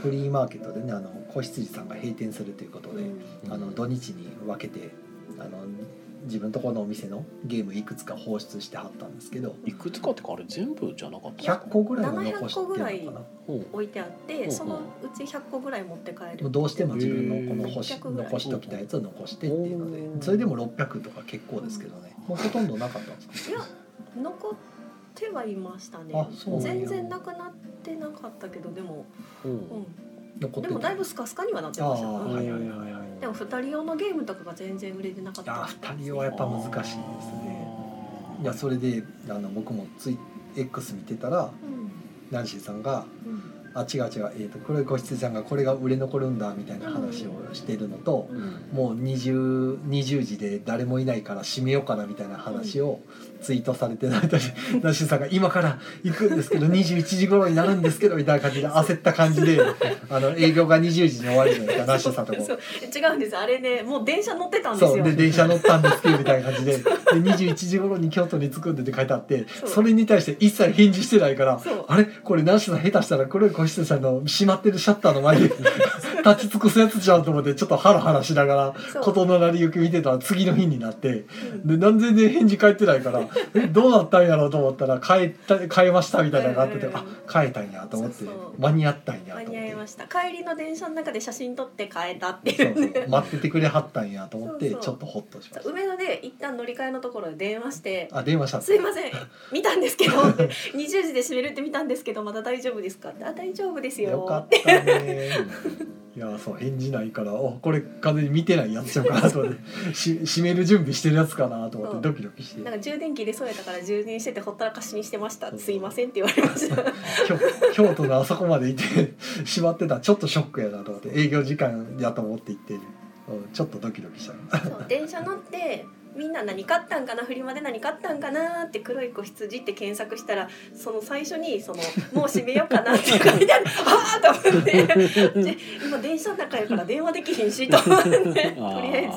B: フリーマーケットでねあの子羊さんが閉店するということで、
C: うん
B: あの土日に分けてあの自分とこのお店のゲームいくつか放出してはったんですけど
A: いくつかってかあれ全部じゃなかった
B: 100個ぐらいは残して
C: 700個ぐら
B: る
C: い
B: のかな
A: うん
C: 置いてあっ
A: んう
C: て
A: ん
C: そのうち100個ぐらい持って帰
B: もう
C: る
B: どうしても自分のこの星
C: へー
B: 残しておきたいやつを残してっていうの
A: うん
B: でそれでも600とか結構ですけどねもうほとんどなかったんですか
C: いや残ってはいましたね
B: あそうなんや
C: 全然なくなってなかったけどでも、
A: うん
C: う
B: 残っ
C: ん、で
B: て
C: もだいぶ
B: す
C: スカスカにはなってましたよ
B: ああ
C: うん
B: はいはいはいはい
C: でも2人用のゲームとかが全然売れてなかった
B: あー二人用はやっぱ難しいですねいやそれであの僕もツイ X 見てたら
C: うん
B: ナンシーさんが
C: うん
B: 「あ違う違う、えー、と黒い子羊さんがこれが売れ残るんだ」みたいな話をしてるのと
C: う、ん
B: もう 20, 20時で誰もいないから閉めようかなみたいな話をツイートされてないとナッシュさんが「今から行くんですけど21時頃になるんですけど」みたいな感じで焦った感じであの営業が20時に終わるじゃないですかナッシュさんとこ
C: そ。う違うんですあれねもう電車乗ってたんで
B: そ
C: す
B: う
C: よ
B: で電車乗ったんですけどみたいな感じ でで21時頃に京都に着くんでって書いてあって
C: そう
B: それに対して一切返事してないから
C: そう
B: あれこれナッシュさん下手したら黒い個室さんの閉まってるシャッターの前 で立ち尽くすやつじゃんと思ってちょっとハラハラしながら
C: そう
B: 事の成り行き見てたら次の日になって
C: うん
B: で何全然返事返ってないからえどうなったんやろうと思ったら変えた変えましたみたいなのがあってて、
C: うんうんうん
B: あ変えたんやと思って
C: そうそう
B: 間に合ったんや
C: 間
B: と
C: に
B: 思っ
C: 合い
B: て
C: ました帰りの電車の中で写真撮って変えたって
B: そ
C: いうう
B: そ
C: ね
B: う待っててくれはったんやと思って
C: そうそう
B: ちょっとホッとしまし
C: 梅田で一旦乗り換えのところで電話して
B: たあ電話したん
C: 「すいません見たんですけど20時で閉めるって見たんですけどまだ大丈夫ですか?」って「あ大丈夫ですよ」
B: よかったねいやそう返事ないからおこれ完全に見てないやつちゃうかなと思 ってし閉める準備してるやつかなと思ってドキドキして
C: なんか充電器入れそうやったから充電しててほったらかしにしてました「すいません」って言われました
B: 京京都のあそこまでいてしまってたらちょっとショックやなと思って営業時間やと思って行って、うんちょっとドキドキした
C: そう電車乗ってみんな何買ったんかなフリマで何買ったんかなって黒い子羊って検索したらその最初にその「もう閉めようかな」って書いてある ああと思ってで今電車の中やから電話できひんしと思ってとり
A: あー
C: あえ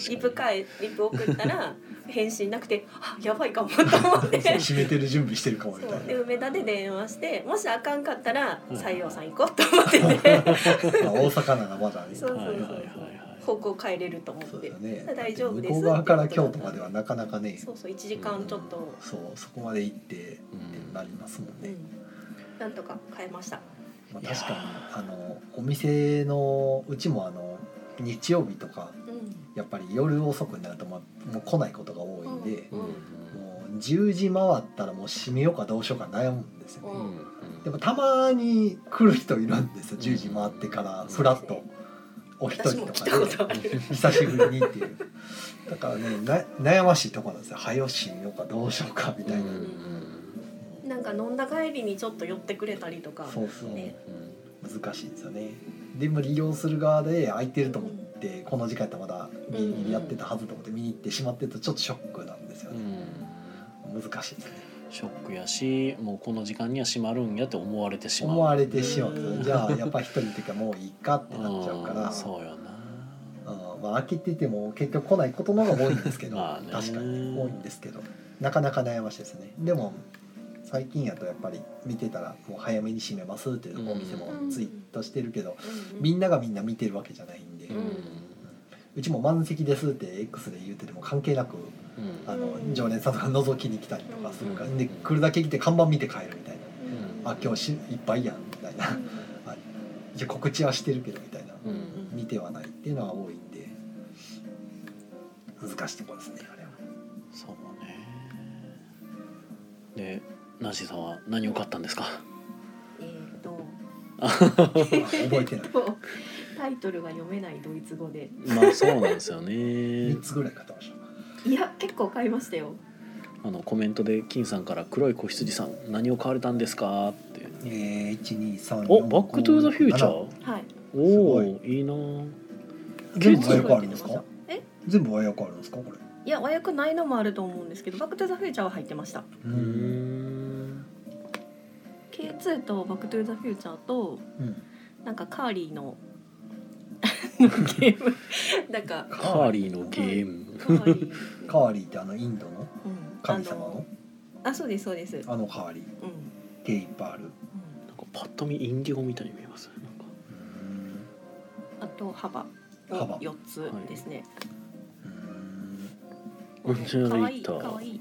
C: ずリプ
A: 確か
C: かえリプ送ったら返信なくて「あやばいかも」と思って
B: 閉めてる準備してるかもみ
C: そ
B: た
C: うで
B: い
C: 梅田で電話してもしあかんかったら
A: うん
C: 採用さん行こうと思ってて
B: な、まあ、大阪ならまだね
C: そう
A: にはいはいはい
C: 方向変えれると思
B: そ
C: っ
B: うだ
C: て
B: よね
C: 大丈夫です
B: 向こう側から京都まではなかなかね
C: そうそう1時間ちょっと、
B: そうそこまで行ってってなりますもん
C: う
B: ね、
C: んなんとか変えました
B: ま
A: い
B: あ、
A: やー
B: 確かにあのお店のうちもあの日曜日とか
C: うん
B: やっぱり夜遅くになると、まあ、もう来ないことが多いんで、
A: う
C: うんん
B: もう10時回ったらもう閉めようかどうしようか悩むんですよね、
A: うんうん
B: でもたまに来る人いるんですよ10時回ってからフラッとお一
C: 私
B: 人
C: も来
B: と
C: た
B: か
C: こ
B: で
C: とある
B: 久しぶりにっていうだからねな悩ましいとこなんですよ早よ閉めようかどうしようかみたいな、
A: うんうん
C: なんか飲んだ帰りにちょっと寄ってくれたりとか
B: そうそう、
C: ね
B: 難しいんですよねでも利用する側で空いてると思って、この時間やったらまだギリギリやってたはずと思って見に行ってしまってるとちょっとショックなんですよ
A: うんう
B: ね、
A: ん
B: 難しいですね
A: ショックやしもうこの時間には閉まるんやって思われてしまう
B: 思われてしまう
C: うん
B: とじゃあやっぱ一人の時はもういいかってなっちゃうから
A: んそうよな
B: うんまあ、開けてても結局来ないことの方が多いんですけど、
A: まあね
B: 確かに多いんですけどなかなか悩ましいですねでも最近やとやっぱり見てたらもう早めに閉めますっていうお店もツイートしてるけど、みんながみんな見てるわけじゃないんで、う
A: うん
B: ちも満席ですって X で言うてても関係なく
A: うん
B: あ
C: う
B: の
C: ん
B: 常連さんが覗きに来たりとかするから、
A: うん
B: で来るだけ来て看板見て帰るみたいな
C: うん
A: うん
B: 「あ今日しいっぱいやん」みたい な「いや告知はしてるけど」みたいな。
A: うん
B: 見てはないっていうのは多いんで難しいところですねあれは
A: そうねでナンシーさんは何を買ったんですか
C: えーと
B: 覚えてない
C: とタイトルが読めないドイツ語で
A: まあそうなんですよね
B: 3つぐらい買ってました
C: いや結構買いましたよ
A: あのコメントで金さんから「黒い子羊さん何を買われたんですか?」って
B: えー、
A: 「
B: 123
A: おバック・トゥ・ザ・フューチャー
C: はい」
A: おお
B: す
A: いいな
B: 全
A: 結
B: 部
A: 構早
B: 和訳あるんです
C: 入っ
B: か
C: てましたえ
B: 全部和訳あるんですかこれ
C: いや和訳ないのもあると思うんですけどバック・トゥ・ザ・フューチャーは入ってました
B: う
A: うーん
C: K2 とバック・トゥ・ザ・フューチャーと
B: うん
C: なんかカーリ ーのゲームなんか
B: カ
A: カー
B: ーリ
A: リーのゲーム
C: カーリー
B: ーカーリーってあのインドの
C: うん
B: 神様の
C: あのあそうですそうですうん
B: あのカーリー手いっぱいある
C: うん
A: なんかパッと見インディゴみたいに見えますねなんか
B: うん
C: あと幅
B: 幅
C: を四つですね
A: う
B: うん
A: んジェネ
C: 可
A: レ
C: 愛
A: ー
C: い
A: ター
C: 可愛い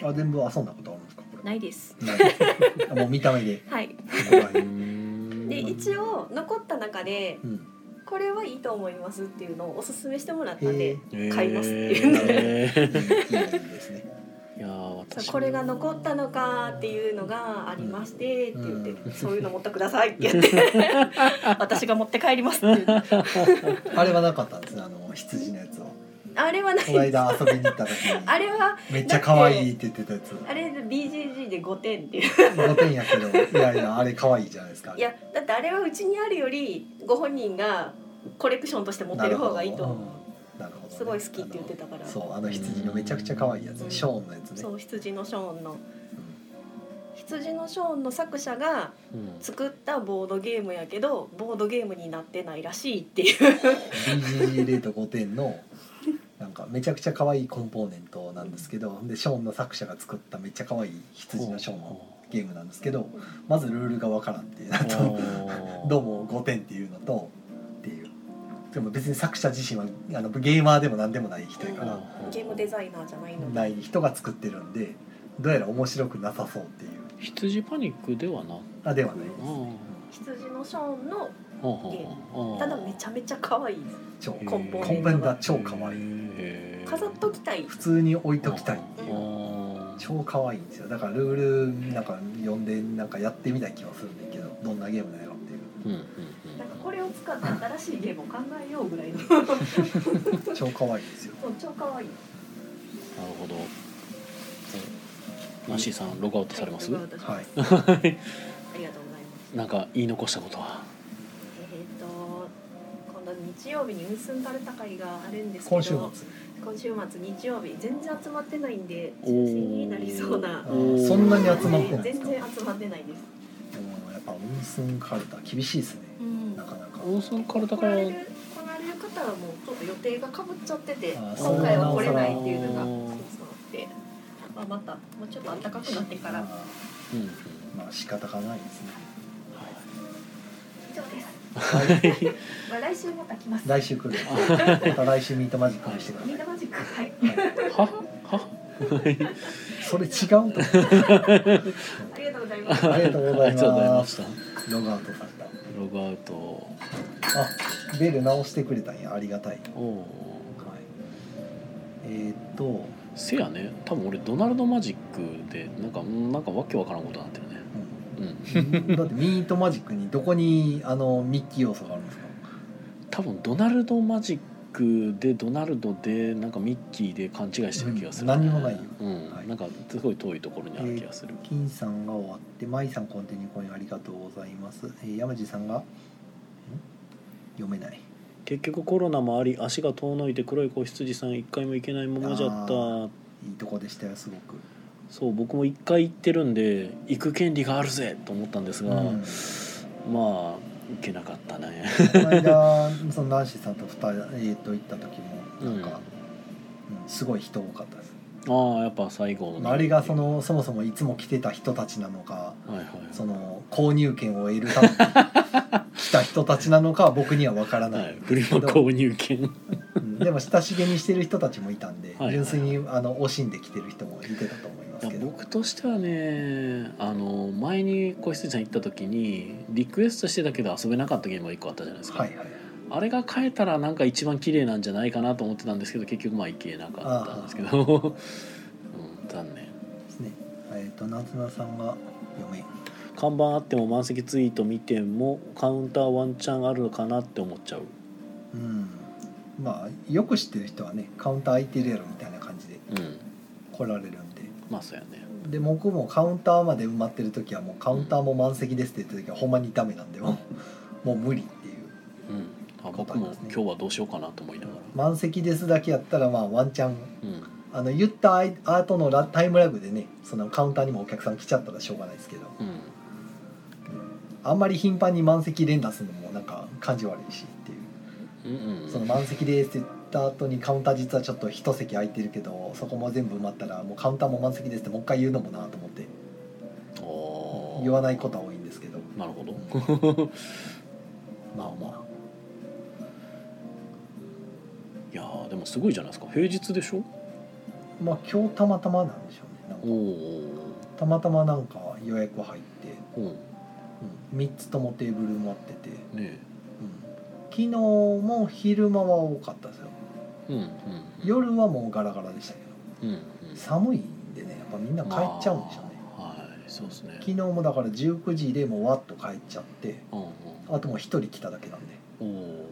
A: うん
B: あ全部遊んだことあるんですかこれ
C: ないです
B: ないもう見た目 で
C: はい
A: ーん
C: で一応残った中で
B: うん
C: これはいいと思いますっていうのをおすすめしてもらった
B: へ
C: ん
B: え
C: で買いますって
A: え
C: いうね
A: ー
B: いいですね
A: いやー私も
C: そうこれが残ったのかっていうのがありましてって言って、
B: うん
C: そういうの持ってくださいって言って 私が持って帰りますって言って
B: あれはなかったんですねあの羊のやつは
C: あれはな
B: こ
C: い
B: の
C: です
B: 間遊びに行った時に
C: あれは
B: めっちゃ可愛いって言ってたやつ
C: あれで BGG で5点っていう
B: 5点やけどいやい やあれ可愛いじゃないですか
C: いやだってあれはうちにあるよりご本人がコレクションとして持ってる方がいいと思う
B: なるほど、ね、
C: すごい好きって言ってたから
B: あのそうあの羊のめちゃくちゃ可愛いやつ、
C: うん
B: ショーンのやつね
C: そう羊のショーンの
B: うん
C: 羊のショーンの作者が
A: うん
C: 作ったボードゲームやけどボードゲームになってないらしいっていう
B: BGG レート5点のなんかめちゃくちゃ可愛いコンポーネントなんですけどでショーンの作者が作っためっちゃ可愛い羊のショーンのゲームなんですけどまずルールがわからんっていうあと
A: おー
B: どうも5点っていうのとっていうでも別に作者自身はあのゲーマーでも何でもない人やから
C: ゲームデザイナーじゃないので
B: ない人が作ってるんでどうやら面白くなさそうっていう
A: 羊パニックではな
B: あではない
A: くうん
C: 羊のショーンの
A: うん
C: ただめちゃめちゃ可愛い
B: 超
A: へー
B: コ
C: コ
B: ン
C: ンポ
B: ポ
C: ーネント
B: ーン
C: が
B: ダ超可愛い
A: へー
C: 飾っときたい
B: 普通に置いときたいっていううん超可愛いんですよだからルールなんか読んでなんかやってみたい気はするんだけどどんなゲームなんやろっ
A: う
B: ていう
A: んうん
C: なんかこれを使って新しいゲームを考えようぐらいの
B: 超可愛いですよ
C: そう超可愛い
A: なるほど。ナンシーさんログアウトされます？
C: はい私
B: はい
C: ありがとうございます
A: なんか言い残したことは。
C: えっ、と今度日曜曜日にうんすんだる高いがあるんですけ
B: 今週末
C: ど今週末日曜日全然集まってないんで
A: お
C: 中止
A: ー
C: になりそうな
B: あーそんなに集まってないんです
C: 全
B: か
C: 然集まってないです
B: もうやっぱ温泉カルタ厳しいですね
C: うん
B: なかなか
A: 温泉からだ
C: 来
A: からら
C: れる来られる方はもうちょっと予定がかぶっちゃってて
B: あー
C: 今回は来れないっていう
A: そ
C: のが
A: うな
C: そうん
A: だ
C: そうあって、まあ、またもうちょっと暖かくなってから
B: ま
A: うんうん
B: あまあ仕方がないですね
C: 以上です、
B: はい
C: まあ、来週また来ます
B: 来週来るまた来週ミートマジックにしてくださ
C: ミ
B: い
C: ートマジックはい
B: はい
A: はは
B: それ違うと 思う
C: ありがとうございます
B: ありがとう
A: あ
B: ござ
A: り
B: い
A: がとうござい
B: ま
A: まし
B: す
A: た
B: ログアウトされた
A: ログアウト
B: あベル直してくれたんやありがたい、はい、
A: おお
B: えーっと
A: せやね多分俺ドナルドマジックでなんかうんなんかわけわからんことになってるねうん
B: うんだってミートマジックにどこにあのミッキー要素があるんですか
A: 多分ドナルドマジックでドナルドでなんかミッキーで勘違いしてる気がする、
B: うん何にもないよ
A: うん
B: はい
A: なんかすごい遠いところにある気がする、
B: 金さんが終わって舞さんコンティニューコインありがとうございます、えー、山地さんがん読めない
A: 結局コロナもあり足が遠のいて黒い子羊さん一回も行けないままじゃっ
B: あ
A: た
B: ーいいとこでしたよすごく、
A: そう僕も一回行ってるんで行く権利があるぜと思ったんですが、
B: うん、
A: まあ行けなかったね
B: この間 そのナンシーさんと二人、えー、と行った時もなんか、うんすごい人多かったです、
A: ああやっぱ最後
B: まあ、あれがそのそもそもいつも来てた人たちなのか
A: はいはい
B: その購入券を得るために来た人たちなのかは僕には分からな
A: はいい、フリマ購入券
B: うんでも親しげにしてる人たちもいたんで、
A: はい
B: 純粋にあの惜しんできてる人もいてたと思いま
A: い
B: す
A: や
B: けど。
A: 僕としてはねあの前に小羊さん行った時にリクエストしてたけど遊べなかったゲームが1個あったじゃないですか、
B: はいはい。
A: あれが変えたらなんか一番綺麗なんじゃないかなと思ってたんですけど結局まあ行けなかったんですけど、 うん、残念
B: ですね。えっ、と夏菜さんが嫁。
A: 看板あっても満席ツイート見てもカウンターワンチャンあるのかなって思っちゃう
B: うん。まあよく知ってる人はねカウンター空いてるやろみたいな感じで
A: うん
B: 来られるんで。
A: まあそうやね
B: で僕もカウンターまで埋まってる時はもうカウンターも満席ですって言った時はほんまにダメなんでもうもう無理っていう
A: うんあ
B: 答
A: 僕
B: え
A: も
B: ですね
A: 今日はどうしようかなと思いながら
B: 満席ですだけやったらまあワンチャン
A: うん
B: あの言ったあい後のラタイムラグでねそのカウンターにもお客さん来ちゃったらしょうがないですけど
A: うん
B: あんまり頻繁に満席連打するのもなんか感じ悪いしっていう
A: うんうん
B: その満席ですって言った後にカウンター実はちょっと一席空いてるけどそこも全部埋まったらもうカウンターも満席ですってもう一回言うのもなと思って
A: おー
B: 言わないことは多いんですけど
A: なるほど
B: まあま
A: いやーでもすごいじゃないですか平日でしょ
B: あまあ今日たまたまなんでしょうねな
A: お
B: んか
A: ー
B: たまたまなんか予約入って、
A: おー
B: うん、3つともテーブル埋まってて、
A: うんね
B: うん、昨日も昼間は多かったですよ
A: えうんうん
B: 夜はもうガラガラでしたけど
A: うんうん
B: 寒いんでねやっぱみんな帰っちゃうんでしょうね
A: まあはいそうですね
B: 昨日もだから19時でもうわっと帰っちゃって
A: うんうん
B: あともう一人来ただけ なんで
A: おおー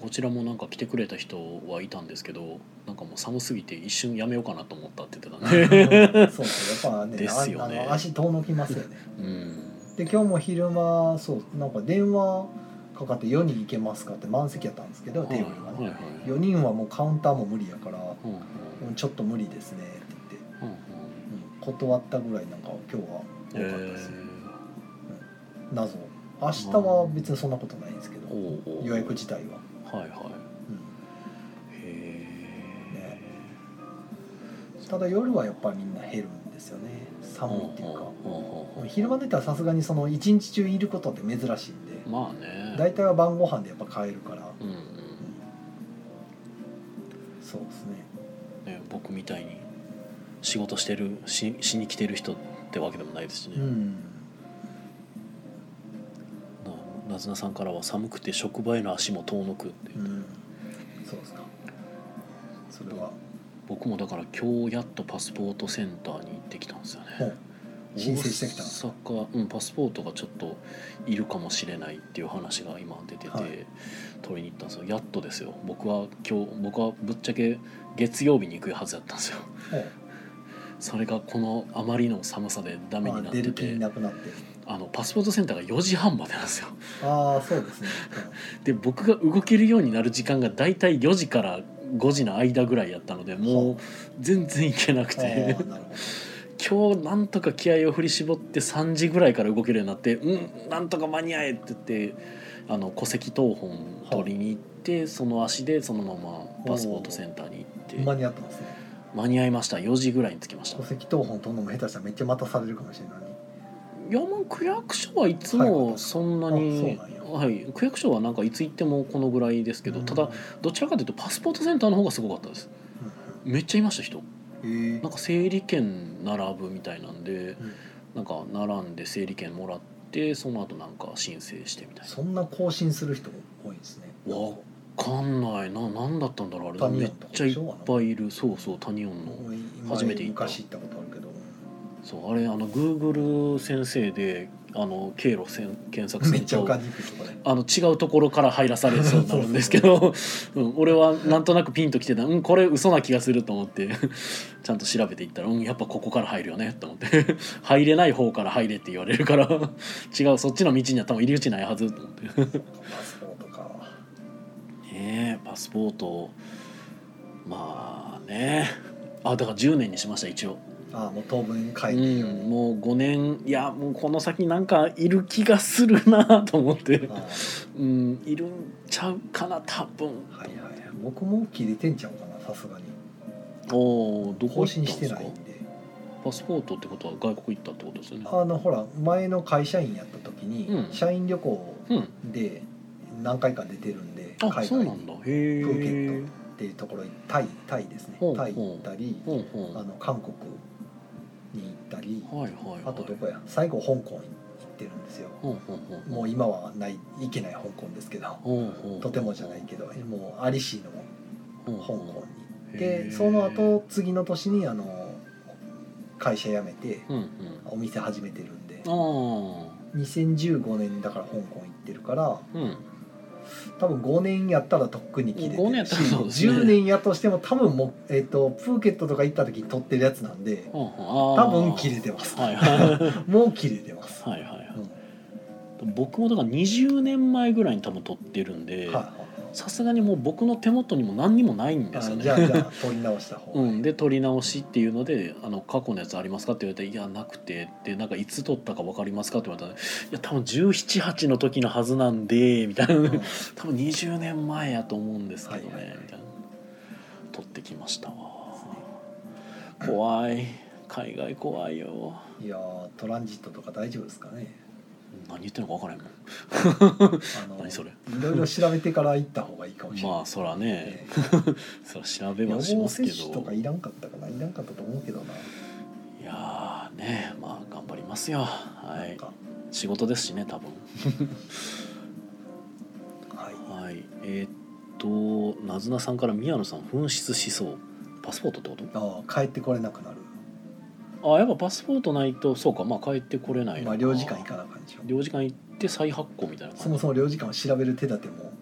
A: こちらもなんか来てくれた人はいたんですけどなんかもう寒すぎて一瞬やめようかなと思ったって言ってた ね
B: そうそうやっぱね
A: ですよね
B: ああの足遠のきますよね
A: うん
B: で今日も昼間そうなんか電話かかって4人行けますかって満席やったんですけどテーブルが
A: はいは
B: ね
A: いはい
B: 4人はもうカウンターも無理やから
A: うんうん
B: うんちょっと無理ですねって言って、
A: うんうん
B: うん断ったぐらいなんか今日は多かった
A: え
B: です、
A: ー
B: 謎明日は別にそんなことないんですけど
A: おーおー
B: 予約自体は、
A: はいはい
B: うん
A: へ
B: ね
A: え
B: ただ夜はやっぱりみんな減るんですよね寒いっていうか、昼間出たらさすがにその一日中いることって珍しいんで
A: まあね
B: 大体は晩ご飯でやっぱ帰るから、
A: うんうん
B: そうですね
A: ね、僕みたいに仕事してるししに来てる人ってわけでもないですしね、
B: うん
A: ななずなさんからは「寒くて職場への足も遠のく」って、
B: うんそうですかそれは
A: 僕もだから今日やっとパスポートセンターに行ってきたんですよ
B: ほ
A: ね
B: う申請してきた
A: 大阪、うん、パスポートがちょっといるかもしれないっていう話が今出てて、
B: はい
A: 取りに行ったんですよやっとですよ僕は今日僕はぶっちゃけ月曜日に行くはずだったんですよ
B: ほう
A: それがこのあまりの寒さでダメに
B: ま
A: な
B: あ
A: って
B: 出
A: て、
B: る気なくなって
A: あのパスポートセンターが4時半までなんですよ
B: ああそうで すね
A: で僕が動けるようになる時間がだいたい4時から5時の間ぐらいやったのでもう全然行けなく
B: うんあ
A: て
B: ーなるほど
A: 今日なんとか気合を振り絞って3時ぐらいから動けるようになって「うんなんとか間に合え」って言ってあの戸籍謄本取りに行って、その足でそのままパスポートセンターに行って
B: 間に合ってますね
A: 間に合いました4時ぐらいに着きました
B: 戸籍謄本取るのも下手したらめっちゃ待たされるかもしれないのに
A: 山区役所はいつ
B: 早かった
A: も
B: です
A: そんなに、
B: あそうなん
A: はい、区役所はなんかいつ行ってもこのぐらいですけど、
B: うん
A: ただどちらかというとパスポートセンターの方がすごかったですめっちゃいました人
B: うんうんえ
A: なん
B: ー
A: か整理券並ぶみたいなんで
B: うん
A: なんか並んで整理券もらってその後なんか申請してみたい
B: そんな更新する人多いんですね
A: なわかんないな何だったんだろうあ
B: タ
A: れ
B: ニ
A: め
B: ヨ
A: っ
B: ンとか
A: ちゃい
B: で
A: っ
B: しょ
A: ぱいいるそうそうタニオンの
B: 俺今
A: 初めて行った
B: 昔行ったことあるけど
A: そうあれあのグーグル先生であの経路せん検索す
B: め
A: る
B: っちゃお
A: と
B: 金いくとこね
A: あの違うところから入らされそうになるんですけどうん、俺はなんとなくピンときてたうんこれ嘘な気がすると思ってちゃんと調べていったらうんやっぱここから入るよねと思って入れない方から入れって言われるから違うそっちの道には多分入り口ないはずと思ってね
B: パスポートか
A: えパスポートまあねあだから10年にしました一応、
B: ああもう当分書いてるよ
A: うん、もう5年いやもうこの先なんかいる気がするなと思って
B: ああ
A: うんいるんちゃうかな多分
B: はいはいはい僕も切れてんちゃうかなさすがに
A: おおどこ
B: 更
A: 行ったん
B: 新
A: で
B: して
A: す
B: な
A: か
B: いんで
A: パスポートってことは外国行ったってことですよね
B: あのほら前の会社員やった時に、
A: うん
B: 社員旅行
A: うん
B: で何回か出てるんで
A: あ
B: 海
A: そう
B: 外
A: な
B: に
A: んだへ
B: プ
A: え
B: ーケットっていうところにタイタイですね
A: ほう
B: タイ行ったり
A: ほうほう
B: あの韓国に行ったり
A: はいはいはい
B: あとどこや最後香港行ってるんですよ
A: ほうほうほう
B: もう今はない行けない香港ですけど
A: ほうほう
B: とてもじゃないけどもうアリシーの
A: ほう
B: 香
A: ほう
B: 港に
A: へ
B: で
A: ー
B: その後次の年にあの会社辞めて
A: うん
B: お店始めてるんで
A: うんあ
B: 2015年だから香港行ってるから
A: あうん
B: 多分5年やったらとっくに切れて
A: 5年や
B: る
A: っ
B: した
A: らそうですね
B: 10年やとしても多分もう、えっとプーケットとか行った時に撮ってるやつなんで
A: ほうほうあ
B: 多
A: あ
B: 分切れてます、
A: はいはい
B: もう切れてます、
A: はいは
B: うんはい
A: いはい僕もだから20年前ぐらいに多分撮ってるんで
B: はい
A: さすがにもう僕の手元にも何にもないん
B: あ
A: ですよね
B: じゃあじゃあ撮り直した方が
A: う
B: いい、
A: ん、で撮り直しっていうので「あの過去のやつありますか?」って言われて「いやなくて」でなんかいつ撮ったか分かりますか?」って言われたら「いや多分178の時のはずなんで」みたいな、
B: うん
A: 多分20年前やと思うんですけどね、
B: はいはいはい
A: みたいな撮ってきましたわ怖い海外怖いよ
B: いやートランジットとか大丈夫ですかね
A: 何言ってるのか分からへんもん
B: あの
A: 何それ
B: いろいろ調べてから行った方がいいかもしれない、
A: まあそらね
B: ね
A: そら調べ
B: 予
A: はし
B: 防
A: ますけ
B: 接種と
A: ど
B: かいらんかったかないらんかったと思うけどな,、
A: いやーねまあ頑張りますよは
B: なん
A: い
B: か
A: 仕事ですしね多分。
B: はい
A: はい、えーっと、なずなさんから宮野さん紛失しそう。パスポートってこ
B: ああ帰ってこれなくなる
A: と。あ、やっぱパスポートないと、そうか、まあ、帰ってこれないのか。
B: まあ領事館行かなあかんでしょ
A: 領事館行って再発行みたいな
B: そ
A: 感
B: も
A: じ。
B: そも領事館を調べる手立ても、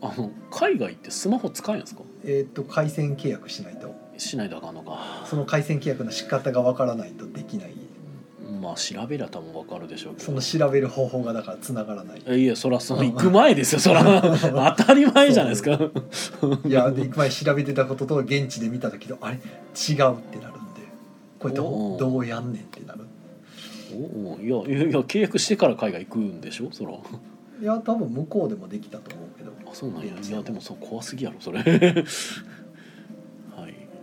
A: あの、海外ってスマホ使えんですか。
B: えーっと回線契約しないと
A: しないとあかんのか。
B: その回線契約の仕方がわからないとできない
A: まあ、調べりゃ多分わかるでしょうけ
B: そ
A: ど
B: の。調べる方法がだから繋がらない
A: えいえ、そら、その行く前ですよ、そ ら、当たり前じゃないですか。
B: いやで前調べてたことと現地で見た時とあれ違うってなるんでこれど
A: お
B: う
A: う
B: どうやんねんってなる
A: おお、いや、いや、いや契約してから海外行くんでしょ、そら。
B: いや多分向こうでもできたと思うけど
A: あそうなんや
B: 現地
A: いやでもそう怖すぎやろそれ はい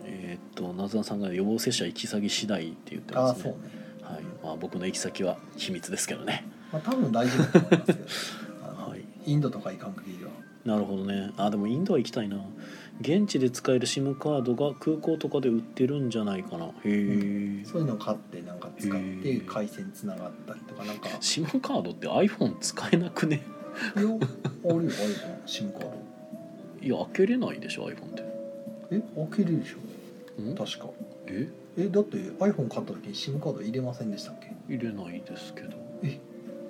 A: えーっとなずなさんが予防接種は行き先次第って言って
B: あ
A: ま
B: あ
A: す
B: そう
A: ね
B: ね
A: はいまあ、僕の行き先は秘密ですけどね
B: まあ多分大丈夫だと 思いますけどあの、
A: はい
B: インドとか行かん限りは
A: なるほどねあでもインドは行きたいな現地で使える SIM カードが空港とかで売ってるんじゃないかなへえ、
B: そういうのを買ってなんか使っ
A: へ
B: て
A: ー
B: 回線つながったりとかなんか
A: SIM カードって iPhone 使えなくね
B: よあるよあるよ SIM カード
A: いや開けれないでしょ iPhone って
B: え開けれるでしょ
A: ん
B: 確か
A: え
B: えだって iPhone 買った時に SIM カード入れませんでしたっけ
A: 入れないですけど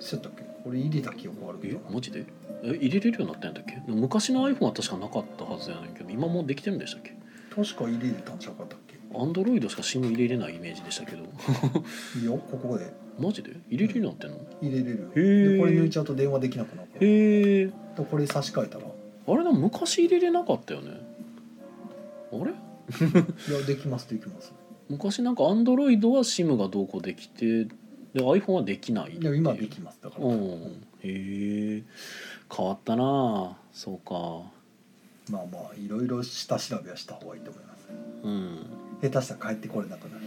B: そうやったっけ俺入れた記憶あるけ
A: え
B: どな
A: マジでえ入れれるようになったんだっけ昔の iPhone は確かなかったはずやねんけど今もうできてるんでしたっけ
B: 確か入れれたんちゃうかったっけ
A: アンドロイドしか SIM 入れれないイメージでしたけど
B: いいよここで
A: マジで入れれるようになってんの
B: 入れれるよ
A: へえ
B: でこれ抜いちゃうと電話できなくなるから
A: へえ
B: でこれ差し替えたらい
A: あれでも昔入れれなかったよねあれ
B: やできますできます
A: 昔なんかアンドロイドは SIM がどうこうできてで iPhone はできないっていう
B: でも今できますだから、
A: う
B: うんん
A: へえ変わったなあそうか
B: まあまあいろいろ下調べはした方がいいと思います
A: うん
B: 下手したら帰ってこれなくなる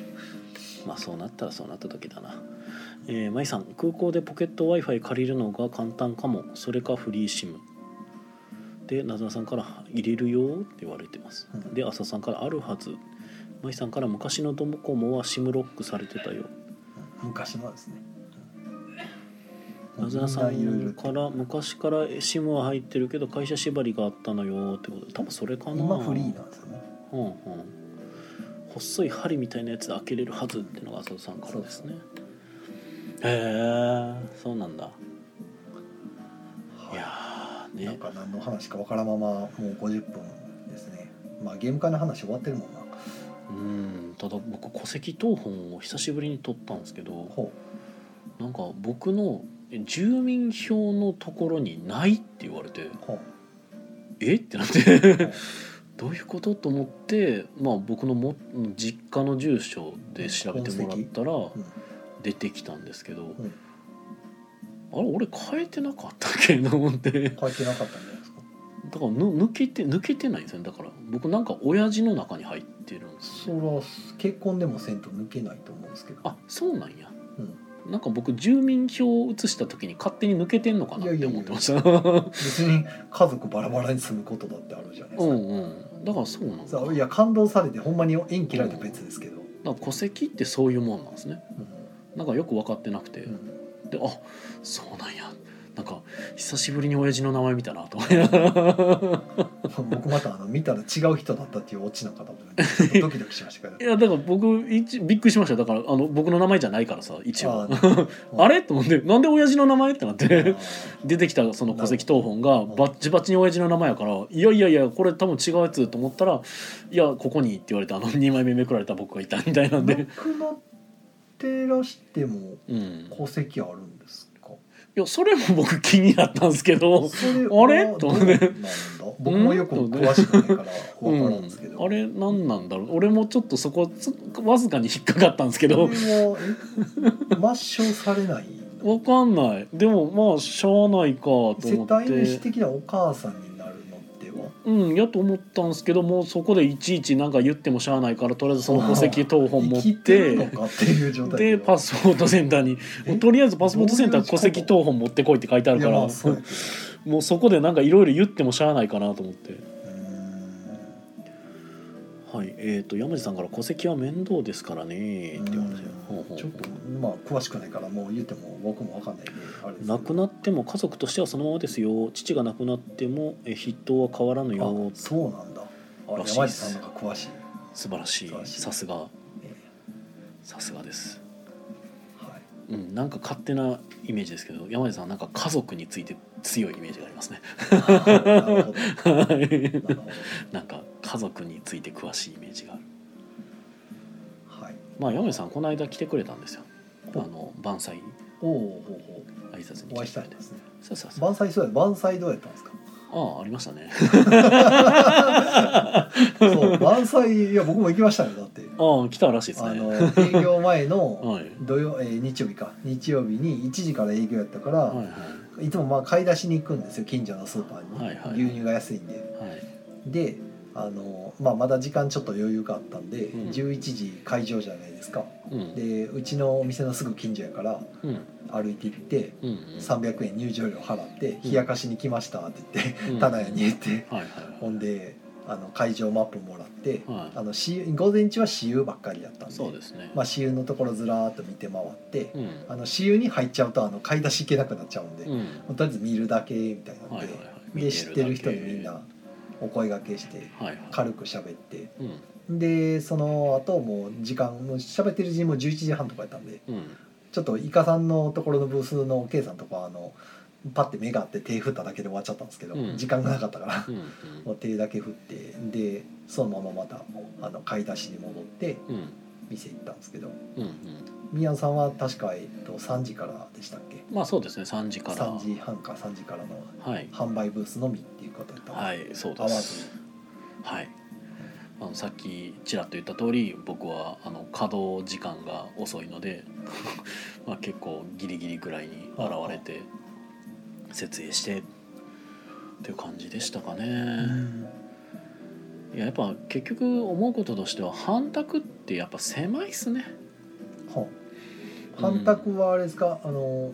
A: まあそうなったらそうなっただけだなえー、舞さん空港でポケット w i f i 借りるのが簡単かもそれかフリー SIM でなずなさんから「入れるよ」って言われてます、
B: うん
A: で浅さんから「あるはず」舞さんから「昔のドコモは SIM ロックされてたよ」
B: うん昔のですね
A: なずなさ
B: みんないろ
A: ん
B: いろ
A: か
B: と
A: ら「昔から SIM は入ってるけど会社縛りがあったのよ」ってことで多分それかな
B: 今フリーなんですよね
A: うんうん、細い針みたいなやつで開けれるはずっていうのが浅田さんからですねへえそうなんだいやー
B: なん
A: ね
B: か何の話かわからんままもう50分ですねまあゲーム会の話終わってるもんな
A: うんただ僕戸籍謄本を久しぶりに取ったんですけど
B: ほ
A: なんか僕のえ住民票のところにないって言われて
B: うほ
A: えってなっ
B: うほ
A: て
B: う
A: どういうことと思ってまあ僕のも実家の住所で調べてもらったら
B: うん
A: 出てきたんですけど、
B: うん
A: あれ俺変えてなかったっけと思って だか
B: 書いてなかったんじゃないですから
A: ぬ抜けて抜けてないんですよねだから僕なんか親父の中に入ってるんです
B: そ
A: よ
B: れは結婚でもせんと抜けないと思うんですけど
A: あそうなんや
B: うん、
A: なんか僕住民票を移した時に勝手に抜けてんのかなって思ってました
B: 別に家族バラバラに住むことだってあるじゃないで
A: う
B: すか、
A: んうんだからそうなんだだ
B: そ
A: か
B: ういや感動されてほんまに縁切られて別ですけど、
A: ら戸籍ってそういうもんなんですね
B: う
A: なんかよく分かってなくて、
B: んうん
A: であそうなんやなんか久しぶりに親父の名前見たなと思いながら
B: 僕またあの見たら違う人だったっていうオチなんかと思ってちょっとドキドキしました
A: い
B: けど
A: やだから僕一びっくりしましただからあの僕の名前じゃないからさ一応
B: あー
A: あれと思ってなんで親父の名前ってなっ
B: あ
A: て
B: ー
A: 出てきたその戸籍謄本が
B: ほど
A: バッチバチに親父の名前やから「いやいやいやこれ多分違うやつ」と思ったら「いやここに」って言われてあの2枚目 めくられた僕がいたみたいなん
B: な
A: で、
B: くなってらしても
A: うん、
B: 戸籍あるんですか
A: いやそれも僕気になったんですけど、
B: それ
A: あれ
B: は
A: と
B: どう
A: 思っ
B: なん
A: て
B: だ僕もよく詳しくないから
A: う
B: 分
A: ん
B: からんですけど、
A: あれ何なんだろう俺もちょっとそこつわずかに引っかかったんですけど
B: これはえ抹消されない
A: わかんないでもまあしゃあないかと
B: 世
A: 思っ
B: 帯主
A: て。
B: 的なお母さんになるのでは
A: うん、やと思ったんですけどもうそこでいちいちなんか言ってもしゃあないからとりあえずその戸籍謄本持
B: 生
A: っ
B: きてるのかっていう状態
A: でパスポートセンターに
B: え
A: とりあえずパスポートセンター
B: どういう
A: 戸
B: こと
A: 籍謄本持ってこいって書いてあるか
B: いや
A: ら
B: まあそうやけど
A: もうそこでなんかいろいろ言ってもしゃあないかなと思って
B: うー
A: はいえー、と山地さんから「戸籍は面倒ですからね」って言われてほうんほう
B: ちょっとまあ詳しくないからもう言っても僕も分かんないんであれですけど
A: 亡くなっても家族としてはそのままですよ父が亡くなってもえ筆頭は変わらぬよ
B: あそうなんだあ
A: らしい
B: 山
A: で
B: 地
A: す
B: さんの方が詳 しい、
A: 素晴らしい
B: 素晴らしい
A: さすが
B: え
A: さすがです
B: えはい
A: うんなんか勝手なイメージですけど山地さんはなんか家族について強いイメージがあります ね
B: なるほど
A: はい
B: なるほど
A: なんか家族について詳しいイメージがある
B: はい
A: まあ山根さんこの間来てくれたんですよあ
B: お
A: の晩祭
B: おおほうほ
A: 挨拶
B: う
A: に
B: お会い
A: 来
B: してた
A: く
B: ん
A: れて
B: ですね
A: そうそうそう
B: 万歳そうや万歳どうやったんですか
A: ああありましたね
B: そう万歳いや僕も行きましたよだって
A: ああ来たらしいです
B: あ
A: ね
B: の 営業前の
A: はい
B: 土曜、えー日曜日か日曜日に1時から営業やったから、
A: はい
B: い、つもまあ買い出しに行くんですよ近所のスーパーに、
A: はいはい
B: 牛乳が安いんで
A: はいはい
B: であの、まあ、まだ時間ちょっと余裕があったんで、
A: うん
B: 11時開場じゃないですか
A: うん
B: でうちのお店のすぐ近所やから
A: うん
B: 歩いて行って
A: うんうん
B: 300円入場料払って「冷やかしに来ました」って言って、
A: うん
B: 棚屋に行って
A: はいはい
B: ほんであの会場マップもらって、
A: はい
B: あの私有午前中は私有ばっかりやったんで
A: そうですね
B: まあ、私有のところずらーっと見て回って、
A: うん
B: あの私有に入っちゃうとあの買い出し行けなくなっちゃうんで、
A: うん
B: もうとりあえず見るだけみたいなんで,、
A: はいはいはい
B: で知ってる人にみ
A: 見
B: ん
A: だ
B: なお声がけして
A: けはいはい
B: 軽く喋って
A: うん
B: でその後もう時間もう喋ってる時間もう11時半とかやったんで
A: うん
B: ちょっとイカさんのところのブースの K さんとかあのパッて目があって手振っただけで終わっちゃったんですけど、
A: うん
B: 時間がなかったから
A: う、ん
B: もう手だけ振ってでそのまままたあの買い出しに戻って
A: うんうん
B: 店行ったんですけど
A: うんうん
B: 宮野さんは確か、えっと、3時からでしたっけ
A: まあそうですね3時から
B: 3時半か3時からの
A: はい
B: 販売ブースのみっていうことだったので、
A: はいそう
B: 合わ
A: で
B: ず
A: すはいあのさっきちらっと言った通り僕はあの稼働時間が遅いので まあ結構ギリギリぐらいに現れて設営してっていう感じでしたかね、
B: うん
A: いややっぱ結局思うこととしては半卓ってやっぱ狭いっすね
B: はあ半卓はあれですか、あの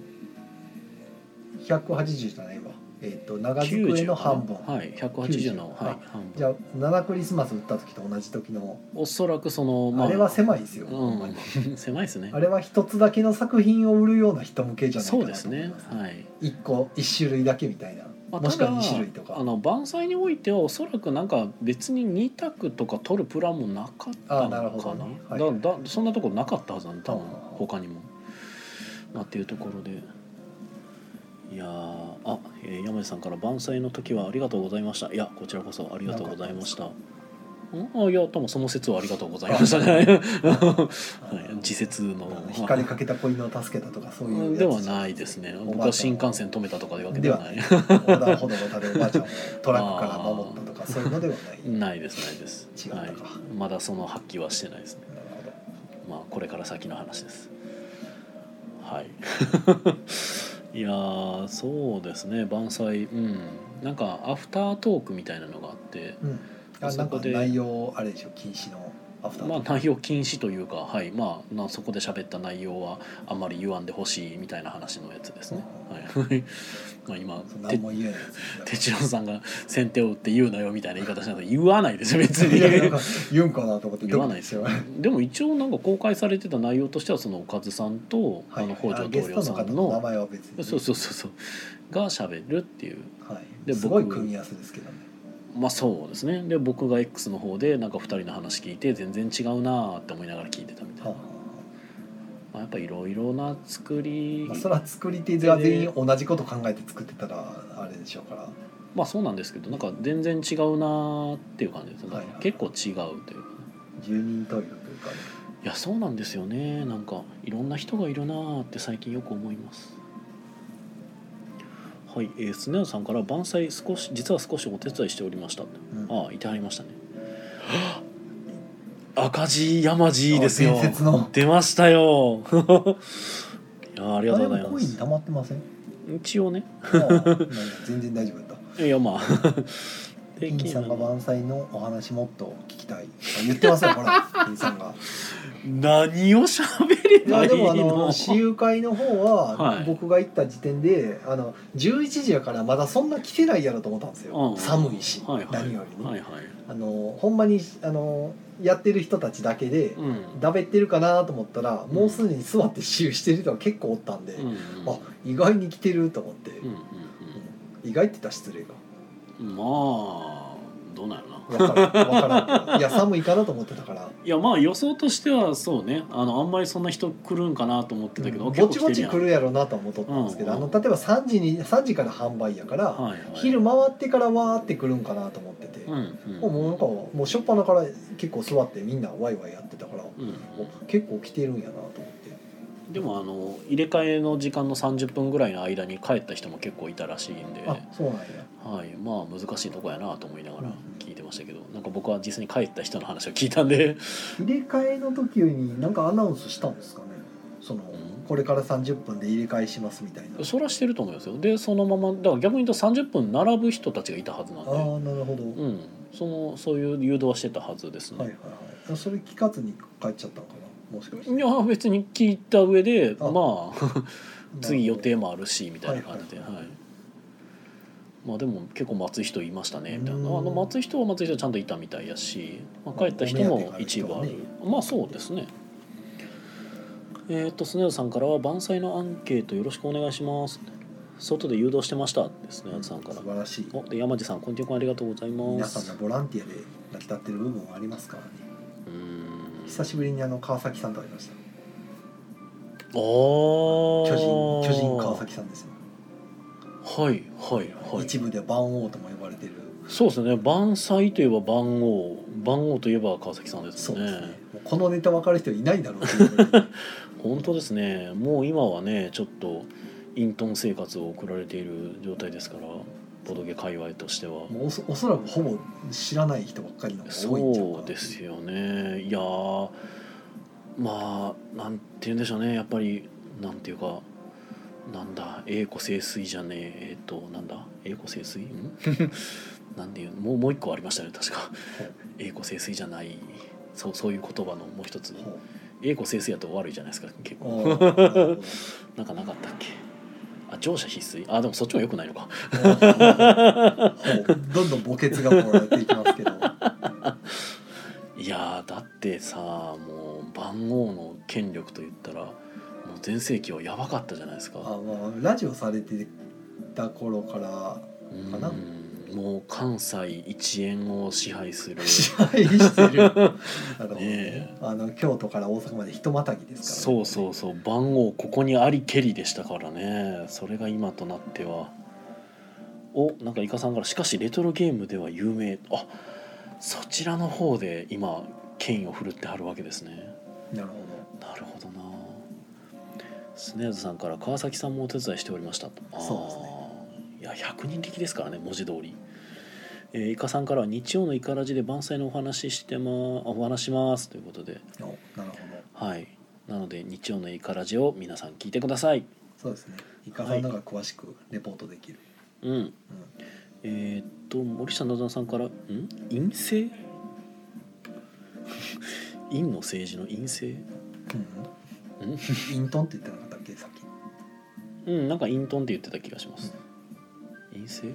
B: 180じゃないわえっ、と長机の半分、
A: 90かなはい180の、
B: 90
A: はい、半分
B: じゃあ7クリスマス打った時と同じ時の、
A: おそらくその、
B: あ、れは狭いですよ、ほんまに
A: うん、 狭いですね
B: あれは一つだけの作品を売るような人向けじゃないか
A: そ
B: な
A: う
B: と
A: ですねはい
B: 一個一種類だけみたいな、
A: まあ
B: もしくは
A: ただ
B: 2種類とか
A: あの万歳においてはおそらくなんか別に2択とか取るプランもなかった
B: あなる
A: の
B: ほ
A: か
B: ど
A: な
B: ね
A: だ
B: はい
A: だそんなとこなかったはずなん多分
B: ああ
A: 他にも、まあ、っていうところでいやーあ、えー山地さんから「万歳の時はありがとうございました」いやこちらこそありがとうございましたんあいや多分その説はありがとうございました ねはい自説の
B: あの光りかけた恋の助けたとかそういうやつ
A: ではないですね
B: おばあちゃん
A: 僕は新幹線止めたとかいうわけではない
B: 横断歩道渡るおばあちゃんをトラックから守ったとかそういうのではない
A: ないですないです
B: 違うのか
A: はい、まだその発揮はしてないですね
B: なるほど
A: まあこれから先の話ですはいいや ーそうですね万歳うんなんかアフタートークみたいなのがあって
B: うん、あ
A: そ
B: なん
A: こ
B: か
A: で
B: 内容あれでしょ禁止のアフター
A: まあ
B: トーク
A: 内容禁止というかはいまあなそこで喋った内容はあんまり言わんでほしいみたいな話のやつですね、はい まあ今
B: そう
A: て
B: 何も言えないやつ
A: 哲郎さんが先手を打って言うなよみたいな言い方しなくて言わないですよ別に
B: いやなんか言うんかなと思って
A: 言わないですよ
B: ドキドキし
A: でも一応なんか公開されてた内容としてはそのおかずさんと、
B: ては
A: あ
B: い
A: の北条
B: あ
A: 棟
B: ゲスト
A: 梁
B: の
A: さ
B: 方
A: ん
B: の名
A: の
B: 前は別に
A: そうそうそうそうが喋るっていう
B: はい、
A: です
B: ごい
A: 僕
B: 組み合わせですけどね
A: まあそうですねで僕が X の方でなんか2人の話聞いて全然違うなーって思いながら聞いてたみたい
B: はあ
A: な、
B: はあは
A: まあ、やっぱいろいろな作
B: あ
A: り
B: まあ、それは作り手が全員同じこと考えて作ってたらあれでしょうから
A: まあそうなんですけどなんか全然違うなーっていう感じですね、
B: はいはい
A: 結構違うというか
B: 住人トイレというかね
A: いやそうなんですよねなんかいろんな人がいるなーって最近よく思いますはいえー、スネアさんから「万歳少し実は少しお手伝いしておりました」
B: うん
A: ああいてはりま したねはっ赤字山字ですよ
B: あ伝説の
A: 出ましたよ いやーありがとうござい
B: あれも
A: ま
B: コイン
A: す
B: 溜まってませ ん
A: 一応ね
B: ああ全然大丈夫だった
A: いやまあ
B: 金さんが
A: な
B: 万歳のお話もっと聞きたい。言ってますよ、 ほら、金さんが。
A: 何をしゃべれ
B: い
A: ば
B: や、
A: いい
B: で
A: の
B: も、あの、私有会の方
A: は
B: は、
A: い
B: 僕が行った時点で、あの、11時やから、まだそんな来てないやろと思ったんです
A: う
B: よ
A: ん。
B: 寒いし、
A: はいはい
B: 何より
A: は
B: ね。
A: いはい
B: あの、ほんまに、あの、やってる人たちだけで、
A: うん
B: だべってるかなと思ったら、
A: ん
B: もうすでに座って私有してる人が結構おったんで
A: うん、うん
B: あ、意外に来てると思って、
A: うんうん
B: 意外って言ったら失礼か。
A: うんまあどうなんやろな
B: わからん、わから んけど。いや、寒いかなと思ってたから。
A: いやまあ予想としてはそうねあのあんまりそんな人来るんかなと思ってたけど、
B: うんぼ
A: 結
B: ち
A: 構
B: ぼ
A: 来てる
B: ち
A: やん
B: 来るやろうなとは思っとったんですけど、
A: うんうん
B: あの例えば3時に3時から販売やから、
A: はいはい、
B: 昼回ってからわーって来るんかなと思ってて、
A: うんうん
B: もうなんかもう初っ端から結構座ってみんなワイワイやってたから、
A: うん
B: お結構来てるんやなと思って
A: でもあの入れ替えの時間の30分ぐらいの間に帰った人も結構いたらしいんで、
B: あそうなんや
A: はい、まあ難しいとこやなと思いなが
B: う
A: ら
B: ん
A: 聞いてましたけどなんか僕は実際に帰った人の話を聞いたんで
B: 入れ替えの時になんかアナウンスしたんですかねその、
A: ん
B: これから30分で入れ替えしますみたいな
A: そらしてると思いますよでそのままだから逆に言うと30分並ぶ人たちがいたはずなん
B: ああ
A: で、
B: なるほど、
A: うん、そのそういう誘導はしてたはずですね、
B: はいはいはいそれ聞かずに帰っちゃったんかなもしかして
A: いや別に聞いた上で
B: あ
A: まあ次予定もあるしみたいな感じで、は
B: はいいはい
A: まあでも結構待つ人いましたねみたいな
B: うん
A: あの待つ人は待つ人はちゃんといたみたいやし、まあ、帰った人
B: お目当て
A: も
B: がある
A: 一
B: 人
A: 部あ
B: は
A: る
B: ね
A: まあそうですねえっとスネ夫さんからは「万歳のアンケートよろしくお願いします」外で誘導してましたですね、さんから
B: 素。晴らしい
A: おで山地さん、コンティニュー君ありがとうございま
B: 皆さんの
A: す。
B: ボランティアで成り立ってる部分はありますからね
A: うーん
B: 久しぶりにあの川崎さんと会いました
A: あー
B: 巨人巨人川崎さんですよ
A: はあはあはあははいはいはい
B: 一部で万王とも呼ばれてる
A: そうですね万歳といえば万王万王といえば川崎さんです
B: そう
A: ね
B: ですねもうこのネタ分かる人いないだろうっていうぐら い
A: 本当ですねもう今はねちょっと隠遁生活を送られている状態ですからボドゲ界隈としては
B: もうおそおそらくほぼ知らない人ばっかりの方が多いんちゃうかな
A: そうですよねいやーまあなんて言うんでしょうねやっぱりなんていうかなんだ栄子清水じゃねええっ、となんだ栄子清水ん なんていうもうもう一個ありましたね確か
B: ほう
A: 栄子清水じゃないそうそういう言葉のもう一つ
B: ほう
A: 栄子清水やと悪いじゃないですか結構
B: あーな るほど
A: なんかなかったっけあ乗車必須あでもそっちもよくないのか
B: どんどん墓穴がもられていきますけど
A: いやーだってさもう万能の権力といったらもう全盛期はやばかったじゃないです
B: あ、
A: か
B: まあ、ラジオされてた頃から
A: うん
B: かな
A: もう関西一円を支配す る
B: 支配して るあの、
A: ねえ
B: あの京都から大阪までひとまたぎですから、
A: そ
B: ね、
A: うそうそう番号ここにありけりでしたからねそれが今となってはおなんかイカさんから「しかしレトロゲームでは有名」あそちらの方で今権威を振るってはるわけですね
B: なるほ
A: なるほどなスネーズさんから川崎さんもお手伝いしておりましたと
B: そうです
A: いや100人力ですからね文字通り、えー、イカさんからは日曜のイカラジで晩祭のお話ししてまお話しますということで
B: どおなるほど
A: はいなので日曜のイカラジを皆さん聞いてください
B: そうですねイカさんの方が詳しくレポートできる、
A: うん
B: うん
A: えーっと森下なだなさんから「ん陰性? 」陰の政治の陰性
B: うんイントンって言ってなかったっけさっき
A: うんなんか陰トンって言ってた気がします陰性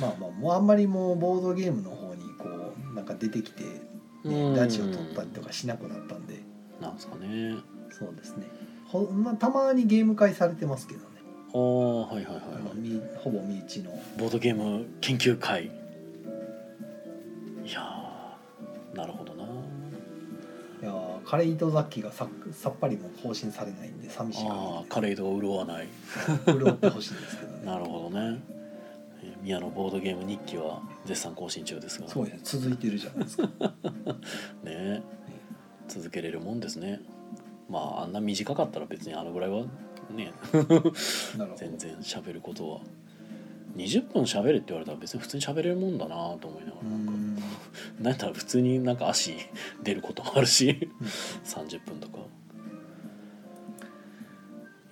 B: まあまあもうあんまりもうボードゲームの方にこうなんか出てきて、
A: うん
B: ね、ラジオ撮ったりとかしなくなったんで
A: なんですかね
B: そうですねほ、まあ、たまにゲーム会されてますけどね
A: ああはいはいはい
B: あ
A: は
B: の
A: い
B: みほぼ身内の
A: ボードゲーム研究会いやーなるほどない
B: やーカレーと雑記がささっぱりもう更新されないんで寂しい
A: あーカ
B: レ
A: レードが潤わない
B: ー潤ってほしいんですけどね
A: なるほどねえー宮のボードゲーム日記は絶賛更新中ですが
B: そうですね続いてるじゃないですか
A: ね続けれるもんですねまああんな短かったら別にあのぐらいはね
B: なるほ
A: 全然喋ることは20分喋れって言われたら別に普通に喋れるもんだなと思いなが
B: ど
A: ら
B: うー
A: なんか
B: ん
A: なんやったら普通になんか足出ることもあるし
B: うん
A: 30分とか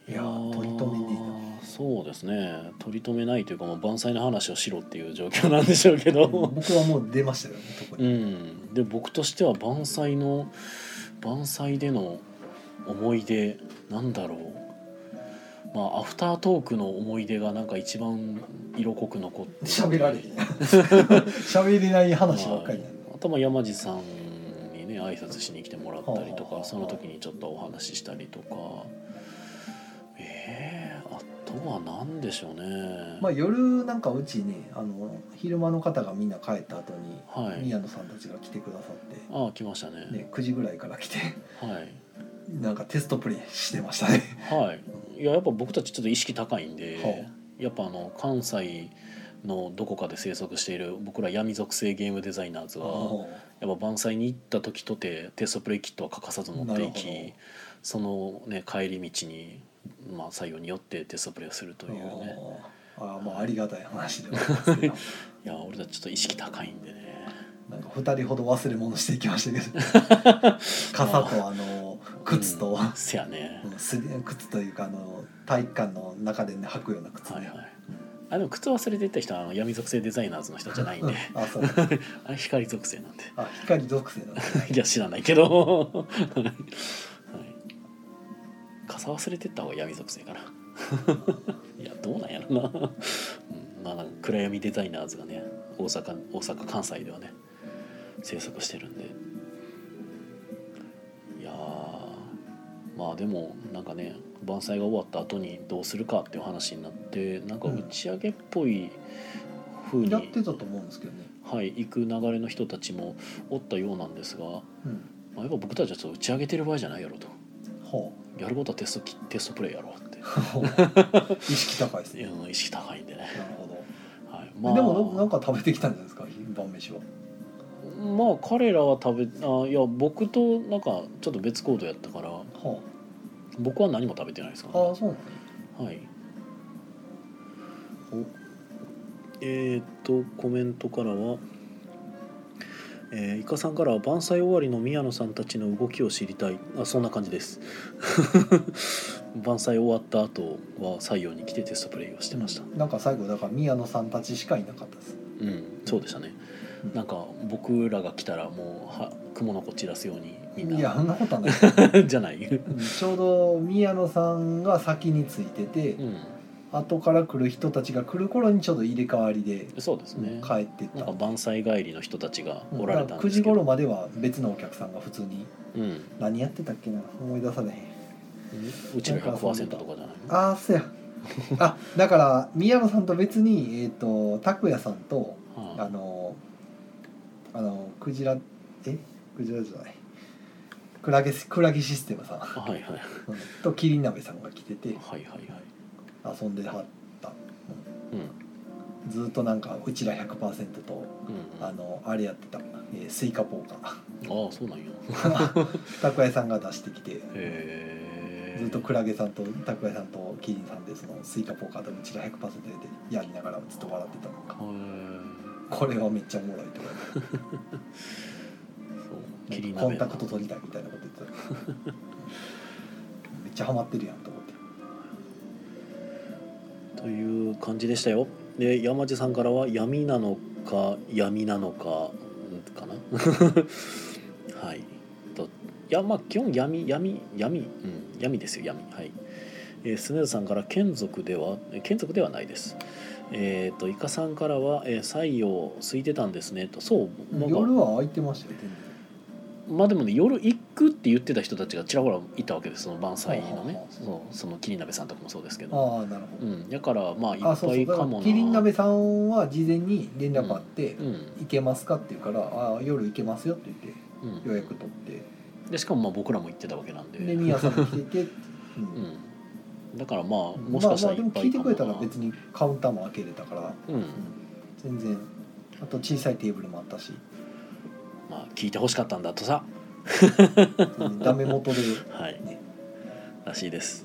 B: いやー取り留めね
A: ーそうですね取り留めないというかもう万歳の話をしろっていう状況なんでしょうけ
B: えなうん
A: ど
B: 僕はもう出ましたよね特
A: う
B: に、
A: んで僕としては万歳の万歳での思い出なんだろうまあアフタートークの思い出がなんか一番色濃く残って
B: 喋られへん 喋れない話ばっかりなんで
A: あとまあ山地さんにね挨拶しに来てもらったりと
B: はあは
A: か
B: あ
A: その時にちょっとお話ししたりとかえー、あとは何でしょうね、
B: まあ夜なんかうちねあの昼間の方がみんな帰った後に、
A: はい
B: 宮野さんたちが来てくださっ
A: ああ来ました
B: て、
A: ね
B: ね、9時ぐらいから来て
A: はい
B: なんかテストプレイしてましたね
A: はいいややっぱ僕たちちょっと意識高いんで、
B: は
A: やっぱあの関西のどこかで生息している僕ら闇属性ゲームデザイナーズはやっぱ万歳に行った時とてテストプレイキットは欠かさず持ってい
B: なるほ
A: き
B: ど
A: その、ね、帰り道に、まあ、採用によってテストプレイをするというね
B: あーあーまあありがたい話ではありますけ ど
A: いや俺たちちょっと意識高いんでね
B: なんか2人ほど忘れ物していきましたけど 傘とあの靴と、
A: うんせやね
B: うんすり靴というかあの体育館の中で、ね、履くような靴ね、
A: はいはいあでも靴忘れてった人はあの闇属性デザイナーズの人じゃないん
B: う
A: で
B: ん、あそう
A: あれ光属性なんで
B: あ光属性なんだ
A: いや知らないけど、はいはい、傘忘れてった方が闇属性か ないやどうなんやろな、うん、まあなんか暗闇デザイナーズがね大阪大阪関西ではね制作してるんでいやーまあでもなんかね万歳が終わった後にどうするかっていう話になってなんか打ち上げっぽい風に、
B: やってたと思うんですけどね、
A: はい、行く流れの人たちもおったようなんですが
B: うん、
A: まあ、やっぱ僕たちはちょっと打ち上げてる場合じゃないやろと
B: ほ
A: やることはテストきテストプレイやろって
B: 意識高いです
A: い
B: ね
A: や意識高いんでね、
B: なるほ
A: はい、
B: ど、
A: まあ
B: でもななんか食べてきたんじゃないですか晩飯は
A: まあ彼らは食べあいや僕となんかちょっと別行動やったから
B: は
A: 僕は何も食べてないですか
B: あ、
A: ら、
B: あ
A: ね
B: あ、そうなの、
A: はいおえーっとコメントからはえー、イカさんからは万歳終わりの宮野さんたちの動きを知りたいあそんな感じです 万歳終わった後は採用に来てテストプレイをしてました
B: なんか最後だから宮野さんたちしかいなかったです
A: うん、そうでしたね。
B: うん
A: なんか僕らが来たらもうは雲の子散らすようにみん
B: いや
A: な
B: そんなことはな い
A: じゃない。う
B: うんちょうど宮野さんが先についてて、
A: ん、
B: 後から来る人たちが来る頃にちょっと入れ替わりで
A: そうですね。
B: 帰ってった
A: なんか万歳帰りの人たちが
B: うん
A: おられたんで
B: 9
A: す
B: 時
A: けど、
B: 頃までは別のお客さんが普通に
A: うん、うん
B: 何やってたっけな思い出されへん
A: うちの100%とかじゃない。
B: ああそうやあだから宮野さんと別にえっ、と拓也さんとあ
A: は
B: のあのクジラえクジラじゃないクラゲクラゲシステムさん
A: い、はいはいはい
B: うんとキリン鍋さんが来てて
A: はいはい。
B: 遊んではった
A: うんうん
B: ずっとなんかうちら100%と
A: うん。
B: あのあれやってた、えースイカポーカ
A: ああそうなんや。
B: ー拓哉さんが出してきて
A: へえ。
B: ずっとクラゲさんと拓哉さんとキリンさんでそのスイカポーカーでうちら100%でやりながらずっと笑ってたのか
A: へー
B: これはめっちゃおもろいと思
A: そうキリ
B: う
A: ン
B: コ
A: 鍋
B: ン
A: やな
B: タクト取りたいみたいなこと言ってた めっちゃハマってるやんと思って
A: という感じでしたよで山地さんからは「闇なのか闇なのか」かな はいといやまあ基本闇闇闇、うん、闇ですよ闇はい、えー、スネさんから「眷属ではえー眷属ではないです」えっ、とイカさんからは「えー、採用空いてたんですね」とそうなんか
B: 夜は空いてましたよ全然
A: まあでもね夜行くって言ってた人たちがちらほらいたわけですその晩祭のね
B: あー
A: そうその桐鍋さんとかもそうですけど
B: ああなるほ
A: う
B: ど、
A: んだからまあいっ
B: あそう
A: ぱ
B: そう
A: い
B: だ
A: か
B: か
A: も
B: ら
A: な
B: キリン鍋さんは事前に連絡あって、
A: うん
B: 行けますかって言うから「ああ夜行けますよ」って言って
A: うん
B: 予約取って
A: でしかもまあ僕らも行ってたわけなんで
B: で宮さんも来て て、う
A: うんん、だからまあもしかしたら
B: ま
A: っ
B: あまあでも
A: ぱ
B: 聞いてくれた
A: かも
B: ら
A: な
B: 別にカウンターも開けれたから
A: うん
B: 全然あと小さいテーブルもあったし
A: まあ聞いてほしかったんだとさ
B: うんダメ元で
A: はい、
B: ね
A: らしいです、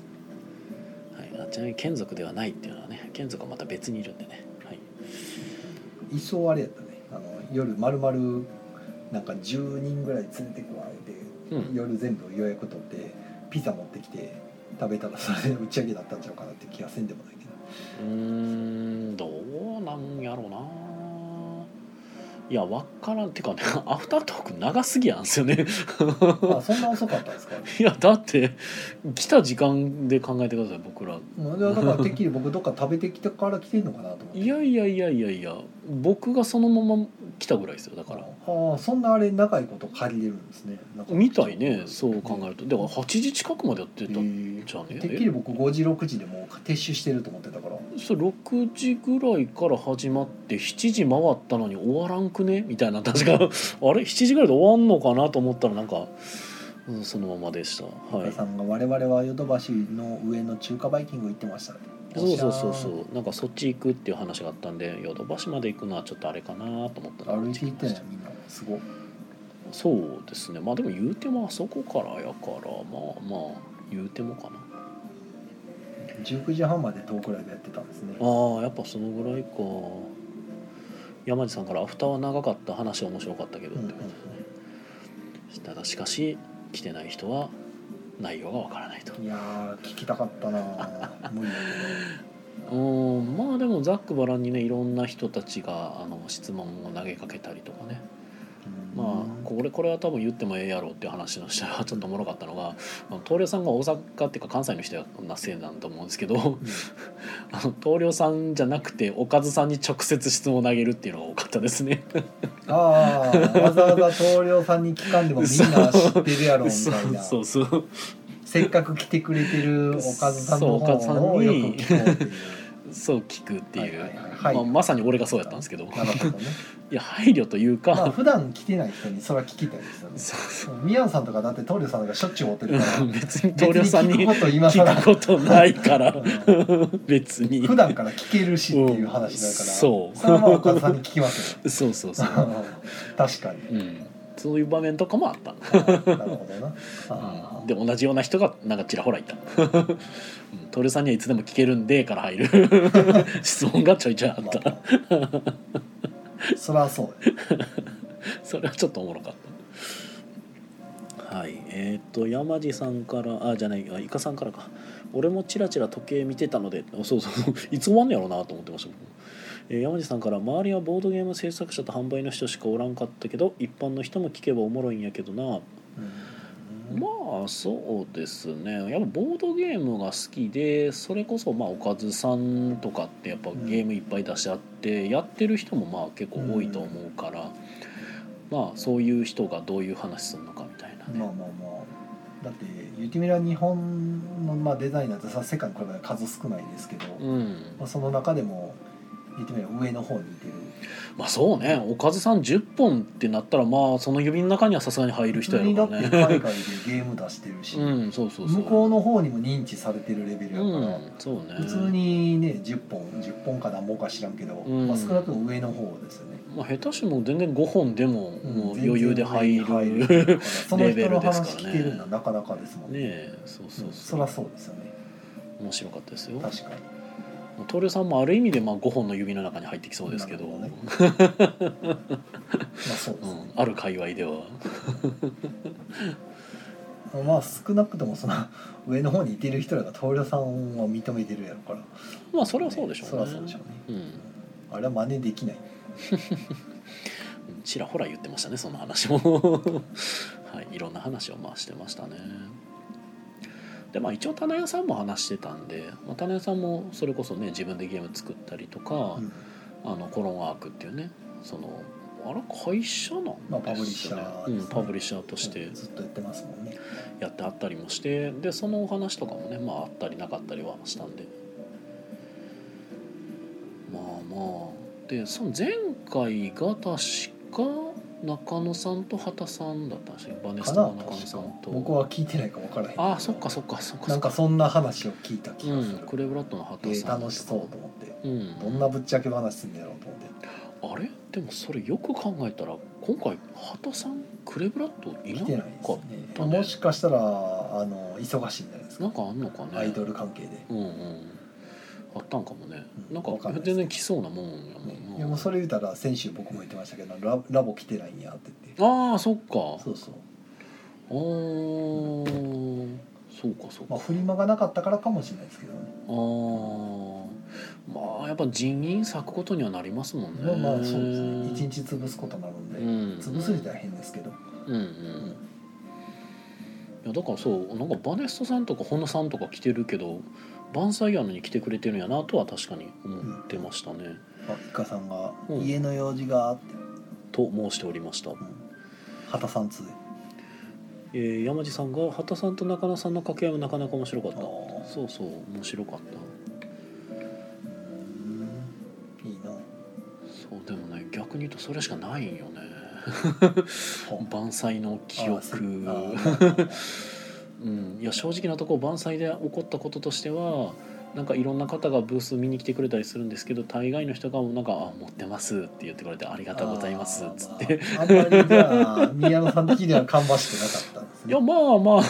A: はい、あちなみに眷属ではないっていうのはね眷属はまた別にいるんでね、はい、
B: 一層あれやったねあの夜まるまるなんか10人ぐらい連れてこられて
A: うん
B: 夜全部予約取ってピザ持ってきて食べたらそれで打ち上げだったんちゃうかなって気がせんでもないけど
A: うーんどうなんやろうないやわからんてかね アフタートーク長すぎやんすよね
B: あそんな遅かったんですか
A: いやだって来た時間で考えてください僕ら
B: うんだからてっきり僕どっか食べてきてから来てんのかなと思って
A: いやいやいやいやいや僕がそのまま来たぐらいですよだから
B: ああそんなあれ長いこと借りれるんですねなんか
A: みたいねそう考えるとだから8時近くまでやってたんじゃね
B: えーてっき
A: え
B: り僕5時6時でもう撤収してると思ってたから
A: そう6時ぐらいから始まって7時回ったのに終わらんくねみたいな確かあれ7時ぐらいで終わんのかなと思ったらなんか、うん、そのままでしたは
B: 岡
A: い
B: 井さんが「我々はヨドバシの上の中華バイキング行ってましたね」
A: そうそうそう
B: う
A: そうなんかそっち行くっていう話があったんでヨドバシまで行くのはちょっとあれかなと思ったら
B: 歩いて行ったねみんなすごい
A: そうですねまあでも言うてもあそこからやからまあまあ言うてもかな
B: 19時半までトークライブやってたんですね
A: ああやっぱそのぐらいか山地さんから「アフターは長かった話は面白かったけど」
B: う
A: っ
B: んうん
A: て
B: うん
A: ことですね、ただしかし来てない人は内容がわからないと
B: いやー聞きたかったなー無理だ
A: うんまあでもざっくばらんにねいろんな人たちがあの質問を投げかけたりとかね
B: けどうん
A: まあこれこれは多分言ってもええやろうっていう話のしたらちょっとおもろかったのがあの棟梁さんが大阪っていうか関西の人なせいなんだと思うんですけど あの棟梁さんじゃなくておかずさんに直接質問を投げるっていうのが多かったですね。
B: ああわざわざ棟梁さんに聞かんでもみんな知ってるやろみたいな
A: そうそうそう
B: せっかく来てくれてるおかずさんの
A: そうおかずさん
B: 方
A: に
B: をよく聞こうっていう
A: そう聞くっていう、
B: はいはいはい
A: まあ、
B: はい
A: まさに俺がそうやったんですけど、
B: なるほどね。
A: いや配慮というか、
B: まあ普段来てない人にそれは聞きたいですよね。
A: そうそう
B: ミヤンさんとかだって棟梁さんがしょっちゅう追ってるから
A: うん 別に棟梁さん
B: 別
A: に
B: 聞くこと今
A: 聞
B: 更
A: くことないから
B: う
A: 別に
B: 普段から聞けるしっていう話だから、
A: うんそう
B: れはまあ岡田さんに聞きますよ
A: そうそうそう、
B: 確かに、
A: うん、そういう場面とかもあった
B: なるほどな あ
A: うん
B: ー
A: で同じような人がなんかちらほら いたうんトルさんにはいつでも聞けるんでから入 る質問がちょいちょいあっ
B: ま
A: た、
B: あ そりゃそうや
A: それはちょっとおもろかったはいえっ、と山地さんからあじゃないあイカさんからか俺もチラチラ時計見てたのであそうそう いつ終わんのやろうなと思ってました僕もえー山地さんから周りはボードゲーム制作者と販売の人しかおらんかったけど一般の人も聞けばおもろいんやけどな
B: うん
A: まあそうですねやっぱボードゲームが好きでそれこそまあおかずさんとかってやっぱ
B: ん
A: ゲームいっぱい出し合ってやってる人もまあ結構多いと思うから、まあそういう人がどういう話するのかみたいな
B: まあ
A: ね、
B: まあまあだって言ってみれば日本のまあデザイナーってさ世界に比べたら数少ないですけど、
A: うん
B: まあ、その中でも言ってみれば上の方にいてる
A: まあそうねおかずさん10本ってなったらまあその指の中にはさすがに入る人や
B: にだ
A: ろ
B: っ
A: う
B: て
A: からね
B: 海外でゲーム出してるし、
A: うんそうそうそう
B: 向こうの方にも認知されてるレベルや
A: う
B: から、
A: んそうね
B: 普通にね10本10本か何本か知らんけど、
A: うん
B: まあ、少なくとも上の方ですよね、
A: まあ下手しても全然5本でも
B: うん
A: もう余裕で入
B: 全然上に
A: るね
B: 入その
A: レベ
B: 人
A: ル
B: の
A: ですからね
B: 話聞けるのはなかなかですもん
A: えそうそううんそ、
B: そうりゃそうですよね
A: 面白かったですよ
B: 確かに
A: トリオさんもある意味でまあ5本の指の中に入ってきそうですけど
B: なるほどねまあそうで
A: う
B: すね
A: ん、、ある界隈では
B: まあ少なくともその 上の方にいてる人らが棟梁さんは認めてるやろから
A: まあそれはそうでしょう
B: そりゃそうでしょうね、
A: うん、
B: あれは真似できない
A: ちらほら言ってましたねその話も はいいろんな話をまあしてましたねでまあ一応棚屋さんも話してたんで、まあ、棚屋さんもそれこそね自分でゲーム作ったりとか、
B: うん
A: あのコロンワークっていうねそのあれ会社なんですよね、
B: まあパブリッシャーですね
A: うん、パブリッシャーとして
B: ずっとやってますもんね
A: やってあったりもしてでそのお話とかもねまああったりなかったりはしたんでまあまあでその前回が確か中野さんと畑さんだったんですよバネス
B: かな
A: トの中野
B: 確
A: さ
B: か
A: んと
B: 僕は聞いてないか分からへんけど
A: ああそっかそっかそっか
B: なんかそんな話を聞いた気
A: う
B: が
A: ん
B: する、
A: クレブラッドの畑
B: えー
A: さん
B: 楽しそうと思って
A: う、ん、
B: どんなぶっちゃけ話すんだろうと思っ
A: あ
B: て
A: れでもそれよく考えたら今回畑さんクレブラッドい
B: 来て
A: な
B: ない
A: か
B: です
A: っ
B: ね
A: たね
B: もしかしたらあの忙しいんじゃないです
A: な
B: か
A: んかあんのかね
B: アイドル関係で、
A: うんうんあったんかもね、
B: うん
A: なんか
B: わかんないです
A: 全然来そうなもんやもん
B: ね、
A: な、
B: いやもうそれ言うたら先週僕も言ってましたけどララボ来てないんやって言って
A: ああそっか
B: そうそう、
A: あーそうかそうか、
B: まあ、フリマがなかったからかもしれないですけどね
A: あーまあやっぱ人員割くことにはなりますもんね
B: まあまあそうですね一日潰すことになるんで、
A: うん
B: 潰すりゃ変ですけど、
A: うんうんいやだからそうなんかバネストさんとかホノさんとか来てるけど万歳やのに来てくれてるんやなとは確かに思ってましたね、
B: あイカさんが「
A: うん
B: 家の用事が」って、
A: と申しておりました
B: うん、畑さん通
A: えー山地さんが畑さんと中野さんの掛け合いもなかなか面白かった
B: あー
A: そうそう面白かった
B: いいな
A: そうでもね逆に言うとそれしかないんよね
B: 本
A: 万歳の記
B: あせあ
A: 憶
B: ー
A: うんいや正直なところ万歳で起こったこととしてはなんかいろんな方がブース見に来てくれたりするんですけど大概の人がもうなんか「あ持ってます」って言ってくれて「ありがとうございます」っつって。
B: あーまああんまりじゃあ宮野さん的には芳しくなかったんで す
A: い
B: ね
A: やまあま
B: 運だ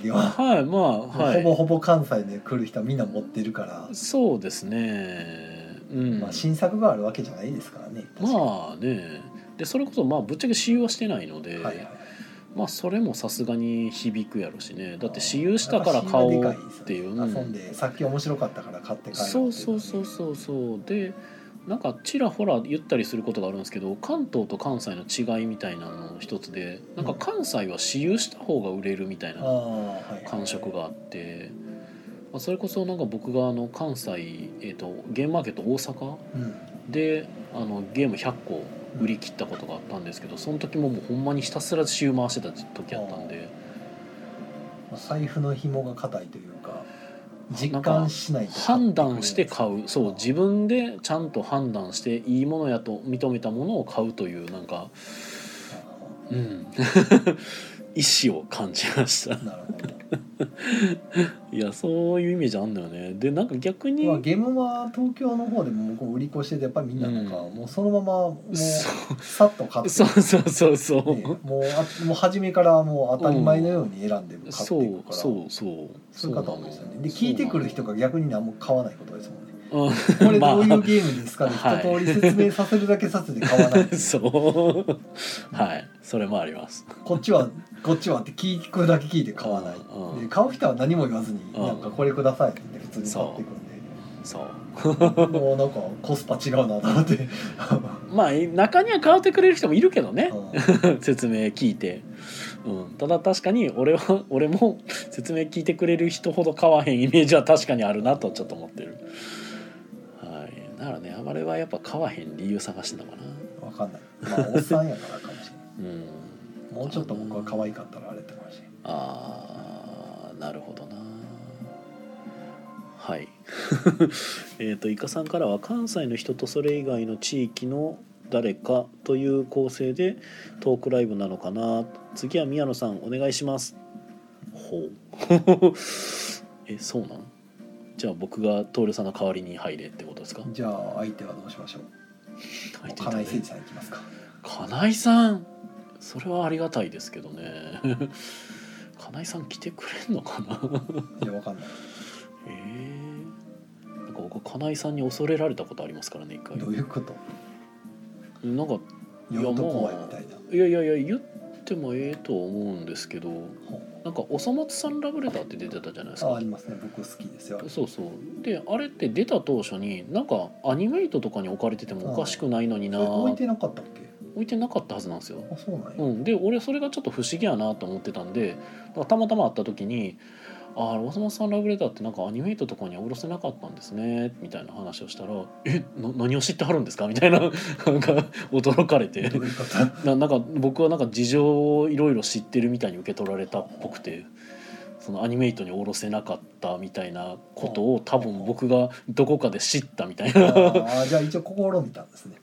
B: け
A: あ
B: は、
A: はいまあはい
B: ほぼほぼ関西で来る人はみんな持ってるから、
A: そうですねうん
B: まあ、新作があるわけじゃないですからね確かに
A: まあねでそれこそまあぶっちゃけ私有はしてないので、
B: はいはい
A: まあそれもさすがに響くやろしねだって私有したから買おうっていう、
B: や
A: う
B: っぱ死因がでかいですよね遊ん
A: ん、
B: でさっき面白かったから買って帰ろうってい
A: そうそうそううそうそうでなんかちらほら言ったりすることがあるんですけど関東と関西の違いみたいなのの一つでなんか関西は私有した方が売れるみたい
B: ああ
A: な
B: はい
A: 感触があって。まあそれこそなんか僕があの関西、えー、とゲームマーケット大阪
B: うん
A: であのゲーム100個売り切ったことがあったんですけどその時ももうほんまにひたすら週回してた時やったんで
B: まあ財布の紐が硬いというか実感しないと
A: 判断して買うそう自分
B: 分
A: でちゃんと判断していいものやと認めたものを買うというなんかうん 意思を感じました
B: なるほど
A: いやそういうイメージあんのよねでなんか逆に
B: まあ、ゲームは東京の方でもこう売り越しててやっぱりみんななんか
A: うん
B: もうそのままもう
A: そ
B: さっと買
A: う
B: って、
A: そうそうそうそう、
B: ねもうあもう初めからもう当たり前のように選んで買ってい
A: そ
B: く
A: う
B: から
A: そうそう
B: そういう方多いです
A: そ
B: よ
A: うなの
B: ねで聞いてくる人が逆に何も買わないことですもんね
A: うん
B: こ れ
A: まあ
B: どういうゲームですかね、
A: はい
B: 一通り説明させるだけさせて買わない
A: そうはいそれもあります
B: こっちはこっちはって聞くだけ聞いて買わない、
A: うんうん
B: で買う人は何も言わずに「
A: うん
B: なんかこれください」って言って普通に買っていくんで。
A: そう
B: もうなんかコスパ違うなと思って、
A: まあ中には変わってくれる人もいるけどね
B: う、ん
A: 説明聞いて、うん、ただ確かに俺は 俺も説明聞いてくれる人ほど買わへんイメージは確かにあるなとちょっと思ってるはいだからねあまりはやっぱ買わへん理由探してんのかな
B: わかんない。まあ、おっさんやからかもしれな
A: うん
B: い。もうちょっと僕は可愛かったらあれってかもしれない。
A: あーなるほどなはい えっとイカさんからは関西の人とそれ以外の地域の誰かという構成でトークライブなのかな次は宮野さんお願いしますほう えそうなんじゃあ僕が徹さんの代わりに入れってことですか
B: じゃあ、相手はどうしましょう。
A: 入っていただ
B: 金井
A: い
B: 誠
A: て
B: 二さんいきますか。
A: 金井さんそれはありがたいですけどね 金井さん来てくれんのかない
B: や、わかんない。
A: ええなんか僕金井さんに恐れられたことありますからね一回
B: どういうこと。
A: なんか
B: 呼ぶと怖いみたいな。
A: いやいやいや言ってもええと思うんですけどなんか「おそ松さんラブレター」って出てたじゃないです
B: あ、あ
A: か
B: りますね。僕好きですよ。
A: そうそうであれって出た当初になんかアニメイトとかに置かれててもおかしくないのにな
B: それ置い
A: 置
B: てなかったっけ。
A: いてなかったはずなんですよ
B: あ、そうなんや。
A: うん、で俺それがちょっと不思議やなと思ってたんでだからたまたま会った時に「ああ大島さんラブレターってなんかアニメイトとかにはおろせなかったんですね」みたいな話をしたら「えな何を知ってはるんですか?」みたいななんか驚かれて
B: どういうこと。
A: ななんか僕はなんか事情をいろいろ知ってるみたいに受け取られたっぽくて。そのアニメイトにおろせなかったみたいなことを多分僕がどこかで知ったみたいな、
B: あー、じゃあ、一応試みたんですね。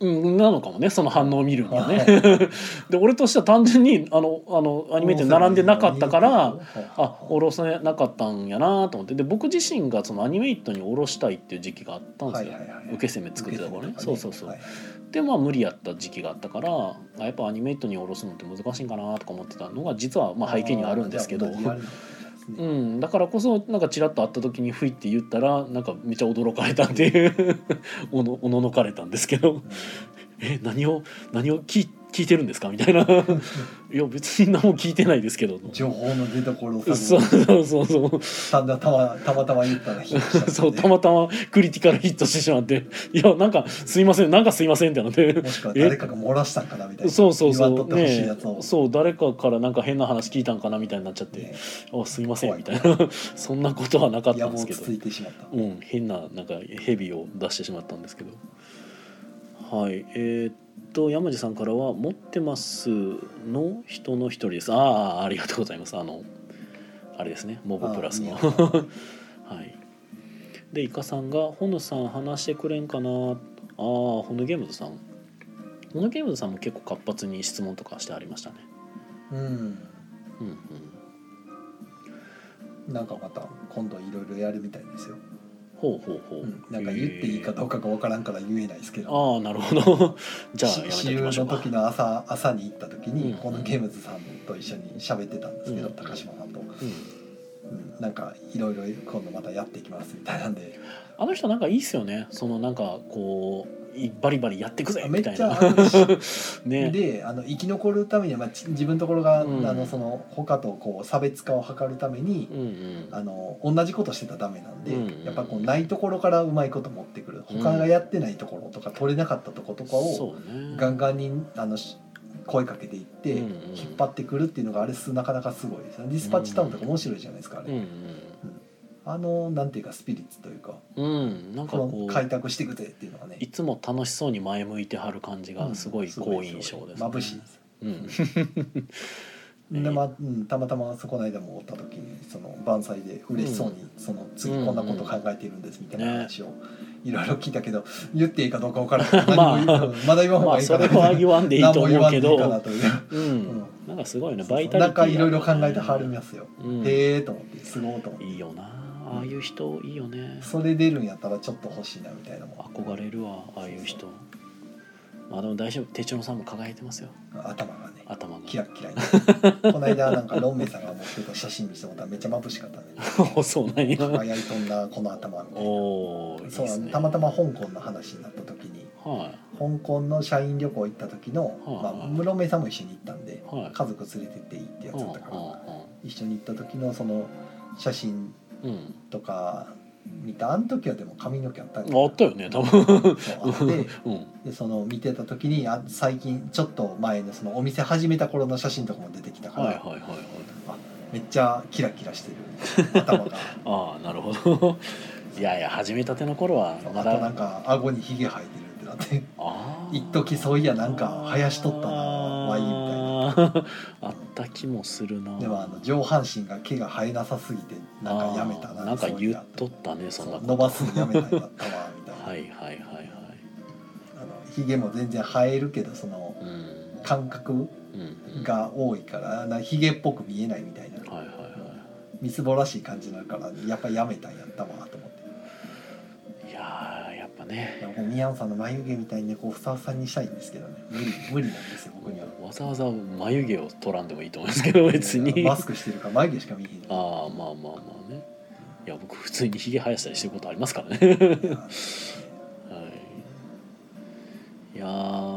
A: うん、なのかもねその反応を見るにはね。
B: はい
A: で俺としては単純にあのあのアニメって並んでなかったから。あ下ろせなかったんやなと思ってで僕自身がそのアニメイトに下ろしたいっていう時期があったんですよ、
B: はいはいはい
A: 受け攻め作ってたからね
B: 受け
A: そ
B: 身
A: う
B: とか
A: そうそう、
B: はい
A: でまあ無理やった時期があったからあやっぱアニメイトに下ろすのって難しいんかなとか思ってたのが実はまあ背景にはあるんですけど
B: あーじゃあ同じやり
A: う、
B: なん
A: だからこそなんかちらっと会った時に「ふい」って言ったらなんかめっちゃ驚かれたっていう おのおののかれたんですけど
B: んですね
A: え何を何を聞い聞いてるんですかみたいないや別に何も聞いてないですけど
B: うん情報の出所を探
A: そう
B: る
A: そうそうそう
B: ただたまたまたま言ったらヒットしたんで
A: そうたまたまクリティカルヒットしてしまっていやなんかすいませんなんかすいませんってなって
B: もしくは誰かが漏らしたんかなみたいな
A: そうそう
B: 言
A: そ
B: わん
A: う
B: とってほしい
A: ね
B: やつを、
A: そう誰かからなんか変な話聞いたんかなみたいになっちゃって
B: ね
A: 「あすいません」みたいなそんなことはなかった
B: 野
A: んです
B: 望を
A: け
B: つ
A: ど
B: ついてしまった、
A: うん、変ななんか蛇を出してしまったんですけどはいえーっと山地さんからは「持ってます」の人の一人ですああありがとうございますあのあれですねモブプラスの
B: あー宮野さ ん
A: はい、でイカさんが「ほぬさん話してくれんかな」ああほぬゲームズさんほぬゲームズさんも結構活発に質問とかしてありましたね
B: うん
A: うんうん
B: なんかまた今度いろいろやるみたいですよ、
A: ほうほうほう、
B: うん、なんか言っていいかどうかがわからんから言えないですけど、
A: ああなるほど じゃあやめて
B: し私
A: おき
B: 有
A: ましょ
B: の
A: うか
B: 時の朝朝に行った時に、
A: うん
B: このゲームズさんと一緒に喋ってたんですけど、
A: うん
B: 高島さんと、
A: うん
B: うん、なんかいろいろ今度またやっていきますみたいな んで
A: あの人なんかいいっすよねそのなんかこういバリバリやってくぜ
B: め
A: み
B: った
A: い
B: ちゃ
A: な
B: あるし
A: ね
B: であの生き残るためには、まあ、ち自分のところが、
A: うん
B: あのその他とこう差別化を図るために
A: う、んうん
B: あの同じことしてたらダメなんで、
A: うん
B: やっぱこうないところからうまいこと持ってくる
A: うん
B: 他がやってないところとか取れなかったところとかを
A: そうね
B: ガンガンにあのし声かけていって、
A: うんうん
B: 引っ張ってくるっていうのがあれすなかなかすごいですよディスパッチタウンとか面白いじゃないですかあれ、
A: うん
B: あのなんていうかスピリッツというか
A: うんうんなんか
B: この
A: こ
B: 開
A: う
B: 拓していくぜっていうのがね
A: いつも楽しそうに前向いてはる感じがすごい好印象です、ね
B: 眩しいです
A: うん、
B: でまあうん、たまたまそこの間もおった時にその万歳で嬉しそうに、その次こんなこと考えているんですみたいな話をいろいろ聞いたけど、言っていいかどうか分からない
A: まあ
B: 何も言ううんまだ言わん方
A: ま
B: が
A: あ
B: いい
A: そ
B: か
A: れ
B: な
A: は言わんでいいと思うけ
B: 何も
A: ど
B: 言わんでいいかなという
A: う
B: うん
A: んなんかすごいねバイタリティ
B: なんかいろいろ考
A: が
B: えてはりますよ、
A: うん
B: へえと思ってすごいと思って
A: いいよなああいう人いいよね
B: それ出るんやったらちょっと欲しいなみたいなもん
A: 憧れるわああいう人まあでも大丈夫手帳のさんも輝いてますよ
B: 頭がね
A: 頭が
B: キラッキラにこの間なんかロンメイさんが持ってた写真見せてもらったらめっちゃ眩しかった ね
A: そうなんや
B: 輝いとんなこの頭みたいな
A: おおいい
B: そう
A: で
B: な
A: す
B: の
A: ね
B: たまたま香港の話になった時に
A: は
B: 香港の社員旅行行った時の、
A: はい
B: まあ、室目さんも一緒に行ったんで、
A: はい
B: 家族連れてっていいってや
A: い
B: つだったから、
A: う
B: 一緒に行った時のその写真
A: んうんうん
B: とか見たあの時はでも髪の毛あったん
A: うんあったよね多分
B: そうあって
A: うん
B: でその見てた時にあ最近ちょっと前のそのお店始めた頃の写真とかも出てきたから、
A: はいはいはいはい
B: めっちゃキラキラして る頭が
A: ああなるほど いやいや始めたての頃は
B: そう
A: ま
B: あ
A: だ
B: となんか顎にひげ生えてるって なって。
A: ああ
B: 一時そういやなんか生やしとったなワイン
A: みたいな あった気もするな
B: でもあの上半身が毛が生えなさすぎてなんかやめた
A: あ
B: な
A: ーなんか
B: そうい
A: 言
B: や
A: っとったねそんな
B: そ
A: こ
B: う
A: と
B: 伸ばすのやめたんやったわみたいな、
A: はいはいはいはい
B: あのひげも全然生えるけどその
A: うん
B: 感覚
A: うんうん
B: が多いからなひげっぽく見えないみたいな
A: はいはいは
B: みすぼらしい感じになるからやっぱやめたんやったわと思って
A: いいやーやっぱね
B: でもこう宮野さんの眉毛みたいにねこうふさふさにしたいんですけどね無理無理なんですよ僕には
A: わざわざ眉毛を取らんでもいいと思いますけど別に
B: マ
A: あ
B: スクしてるから眉毛しか見えへん
A: あーまあまあまあねいや僕普通にひげ生やしたりしてることあります からね
B: いや
A: はいいやー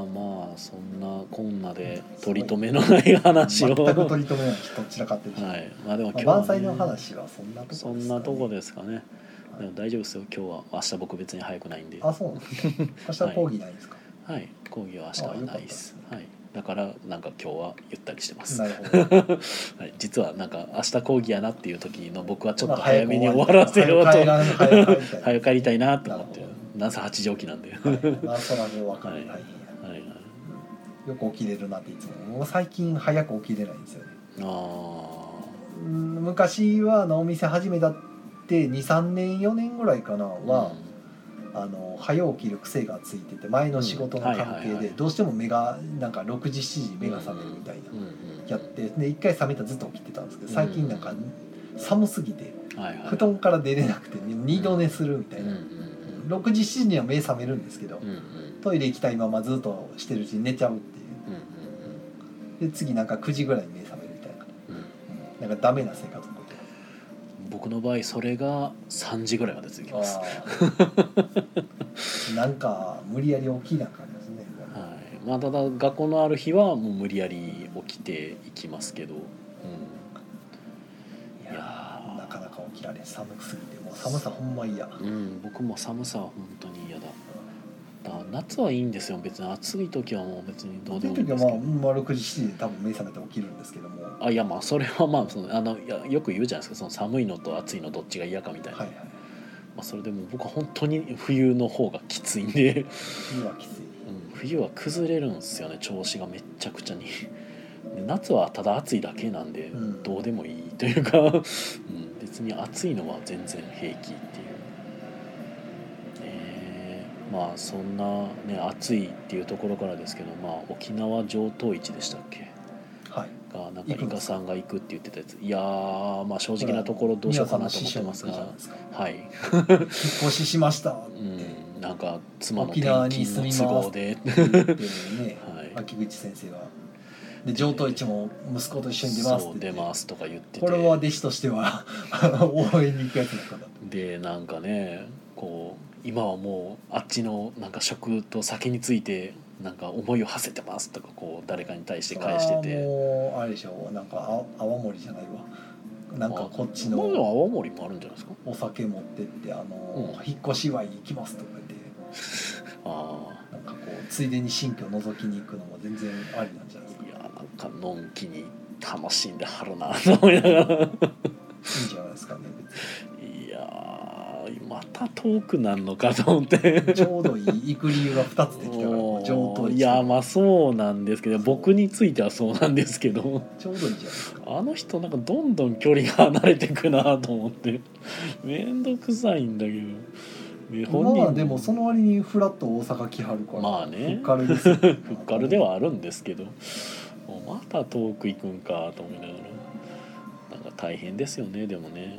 A: まあそんなこんなで取り留めのない話
B: 全
A: を
B: く取り留めない人散らかってるし、
A: はいまあでも
B: ま
A: 今
B: あ、
A: 日はね
B: 万歳の話はそんなとこです
A: そ
B: かね
A: んなとこですかね
B: はい
A: でも大丈夫ですよ今日は明日僕別に早くないんで
B: あ、そうなんですか。明日は講義ないんですか。
A: はい講義は明日はないですはいだからなんか今日はゆったりしてます、
B: なるほど。
A: はい、実はなんか明日講義やなっていう時の僕はちょっ
B: ま
A: と
B: あ
A: 早めに終わらせようと
B: 早く帰らん早く帰りたい
A: 早く帰りたいなと思って
B: なる
A: な朝8時起きなんではい
B: はいまあ、そらね、わかる。
A: は
B: はいい。
A: はい
B: よく起きれるなっていつも。もう最近早く起きれないんですよね。
A: あー
B: うん昔はあのお店始めたって二三年四年ぐらいかなは、あの早起きる癖がついてて前の仕事の
A: うんは
B: 関
A: いはい
B: 係
A: はい
B: でどうしても目がなんか六時七時目が覚めるみたいな
A: うんうん
B: やってで一回覚めたらずっと起きてたんですけど最近なんか寒すぎて
A: はいはい
B: 布団から出れなくて二度寝するみた
A: う
B: い
A: んう。
B: なん
A: うん
B: 6時7時には目覚めるんですけど、
A: うんうん
B: トイレ行きたいままずっとしてるうちに寝ちゃうってい
A: うんうん
B: うで次なんか9時ぐらいに目覚めるみたいな、
A: うんうん
B: うんなんかダメな生活を送って
A: 僕の場合それが3時ぐらいまで続きます
B: ますなんか無理やり起きな感じですね
A: はいまあ、ただ学校のある日はもう無理やり起きていきますけど、
B: いや
A: いやー
B: なかなか起きられん寒すぎてもう寒さほんま嫌、
A: うんうん、僕も寒さは本当に嫌だだから夏はいいんですよ別に暑い時はもう別にどうで
B: と
A: もいい
B: いう
A: ん
B: 時
A: で
B: は
A: すけど、
B: まあ、まあ、6時7時で多分目覚めて起きるんですけどもは
A: あ、いやまあそれはまあそのあのいやよく言うじゃないですかその寒いのと暑いのどっちが嫌かみた
B: い
A: いな、
B: はい
A: まあ、それでも僕は本当に冬の方がきついんで、
B: 冬はきつい
A: うん、冬は崩れるんですよね調子がめっちゃくちゃにで夏はただ暑いだけなんで、
B: うん
A: どうでもいいというか、 うん、別に暑いのは全然平気っていう、えーまあそんなね暑いっていうところからですけど、まあ、沖縄上東市でしたっけ
B: はい
A: がなんか
B: 行く
A: イ
B: んで
A: カ
B: すか
A: さんが行くって言ってたやついやーまあ正直なところどうしようかなと思ってます
B: 宮野さんの師匠の方じゃな
A: が
B: い
A: はい、
B: ですか引っ越ししましたっ
A: うん、なんか妻の
B: 沖
A: 転
B: 縄に住
A: 勤
B: みます
A: の都合で。
B: て言って ね
A: はい
B: 秋口先生がで上等一も息子と一緒に出ますっ
A: そう
B: て言
A: 出
B: って
A: ますとか言ってて
B: これは弟子としては あの応援に行くやつだったんだ
A: でなんかねこう今はもうあっちのなんか食と酒についてなんか思いを馳せてますとかこう誰かに対して返して
B: あー
A: て
B: もうあれでしょなんかあ泡盛じゃないわなんかこっち
A: まあでも
B: の
A: 青森もあるんじゃないですか
B: お酒持ってってあの、
A: う
B: 引っ越し祝いに行きますとか言って
A: あ
B: なんかこうついでに新居覗きに行くのも全然ありなんじゃないです
A: あ
B: か
A: いやなんかのんきに楽しんではるなと思いながら
B: いいんじゃないですかね別
A: いやーまた遠くなんのかと思って
B: にちょうどいい行く理由が2つできたから
A: もう
B: 上等一
A: いやまあそうなんですけど僕についてはそうなんですけど
B: ちょうどいいじゃないですか
A: あの人なんかどんどん距離が離れてくなと思ってめんどくさいんだけどね
B: まあでもその割にフラット大阪来はるから
A: まあね
B: ふっかるですよふっ
A: ふっかるではあるんですけどもうまた遠く行くんかと思いながらなんか大変ですよねでもね